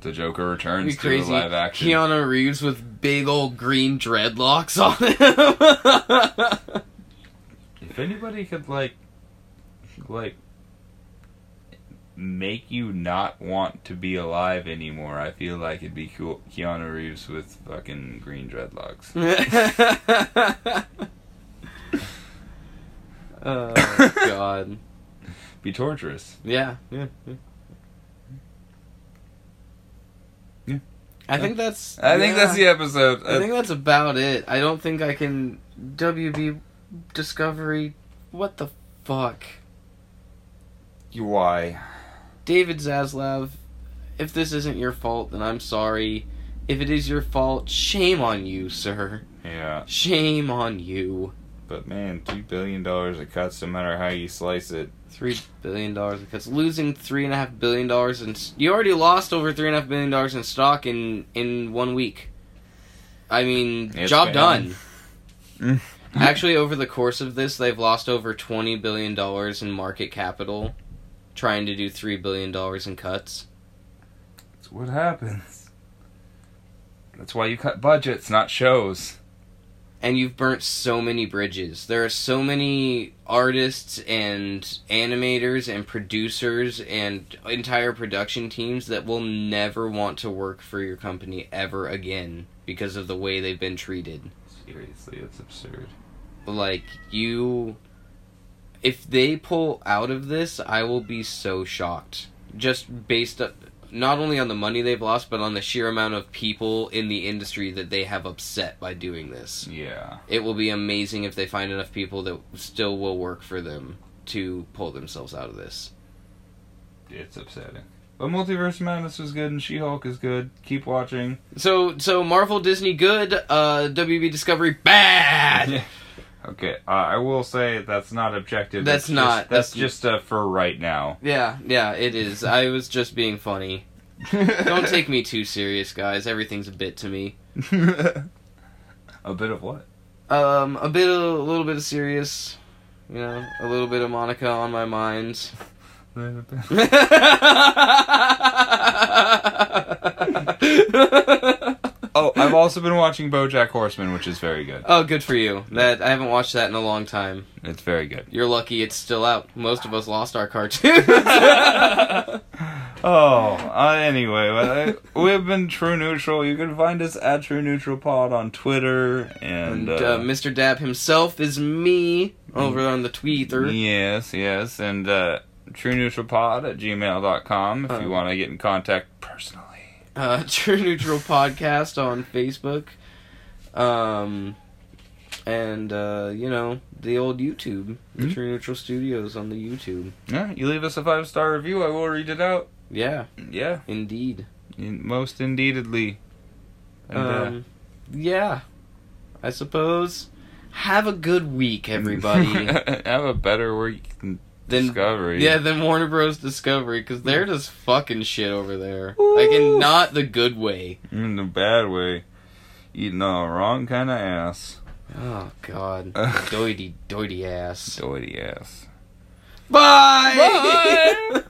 Speaker 2: The Joker
Speaker 3: It'd be
Speaker 2: returns to the
Speaker 3: crazy.
Speaker 2: live action.
Speaker 3: Keanu Reeves with big old green dreadlocks on him.
Speaker 2: If anybody could like like make you not want to be alive anymore. I feel like it'd be cool Keanu Reeves with fucking green dreadlocks.
Speaker 3: oh God.
Speaker 2: Be torturous.
Speaker 3: Yeah. Yeah. Yeah.
Speaker 2: Yeah.
Speaker 3: I think that's.
Speaker 2: I think that's the episode. Uh,
Speaker 3: I think that's about it. I don't think I can. WB Discovery. What the fuck?
Speaker 2: you why?
Speaker 3: David Zaslav, if this isn't your fault, then I'm sorry. If it is your fault, shame on you, sir.
Speaker 2: Yeah,
Speaker 3: Shame on you.
Speaker 2: but man, two billion dollars of cuts, no matter how you slice it.
Speaker 3: Three billion dollars because losing three and a half billion dollars in you already lost over three and a half billion dollars in stock in in one week. I mean,
Speaker 2: It's
Speaker 3: job
Speaker 2: bad.
Speaker 3: done. Actually, over the course of this, they've lost over twenty billion dollars in market capital, trying to do three billion dollars in cuts.
Speaker 2: That's what happens. That's why you cut budgets, not shows.
Speaker 3: and you've burnt so many bridges. There are so many artists and animators and producers and entire production teams that will never want to work for your company ever again because of the way they've been treated.
Speaker 2: Seriously, it's absurd.
Speaker 3: Like you if they pull out of this, I will be so shocked. Just based up not only on the money they've lost, but on the sheer amount of people in the industry that they have upset by doing this
Speaker 2: Yeah.
Speaker 3: it will be amazing if they find enough people that still will work for them to pull themselves out of this.
Speaker 2: It's upsetting. But Multiverse of Madness was good and She Hulk is good. Keep watching.
Speaker 3: So, so Marvel, Disney, good. Uh, WB Discovery, bad.
Speaker 2: Yeah. Okay, uh, I will say that's not objective. It's
Speaker 3: That's
Speaker 2: just-
Speaker 3: not-
Speaker 2: that's,
Speaker 3: that's-
Speaker 2: just uh, for right now.
Speaker 3: Yeah, yeah, it is. I was just being funny. Don't take me too serious, guys. Everything's a bit to me.
Speaker 2: a bit of what?
Speaker 3: Um, a bit, a little bit of serious. You know, a little bit of Monica on my mind.
Speaker 2: oh, I've also been watching BoJack Horseman, which is very good.
Speaker 3: Oh, good for you. That I haven't watched that in a long time.
Speaker 2: It's very good.
Speaker 3: You're lucky it's still out. Most of us lost our cartoons.
Speaker 2: Oh, uh, anyway, well, I- we've been True Neutral. You can find us at True Neutral Pod on Twitter and,
Speaker 3: and uh, Mr. Dab himself is me over on the Twitter.
Speaker 2: Yes, yes, and uh, True Neutral Pod at gmail.com if you
Speaker 3: Um,
Speaker 2: want to get in contact personally.
Speaker 3: Uh, True Neutral Podcast on Facebook. Um, and, uh, you know, the old YouTube. The
Speaker 2: Mhm.
Speaker 3: True Neutral Studios on the YouTube.
Speaker 2: Yeah, you leave us a five star review, I will read it out.
Speaker 3: Yeah,
Speaker 2: Yeah,
Speaker 3: indeed.
Speaker 2: in- most indeededly. And, uh,
Speaker 3: Um, yeah, I suppose. Have a good week, everybody.
Speaker 2: have a better week than
Speaker 3: Then-
Speaker 2: Discovery.
Speaker 3: Yeah, then Warner Bros. Discovery, because they're just fucking shit over there. Like, and not the good way.
Speaker 2: In a bad way. Eating the wrong kind of ass.
Speaker 3: Oh, God. doity, doity ass.
Speaker 2: Doity ass.
Speaker 3: Bye!
Speaker 2: Bye!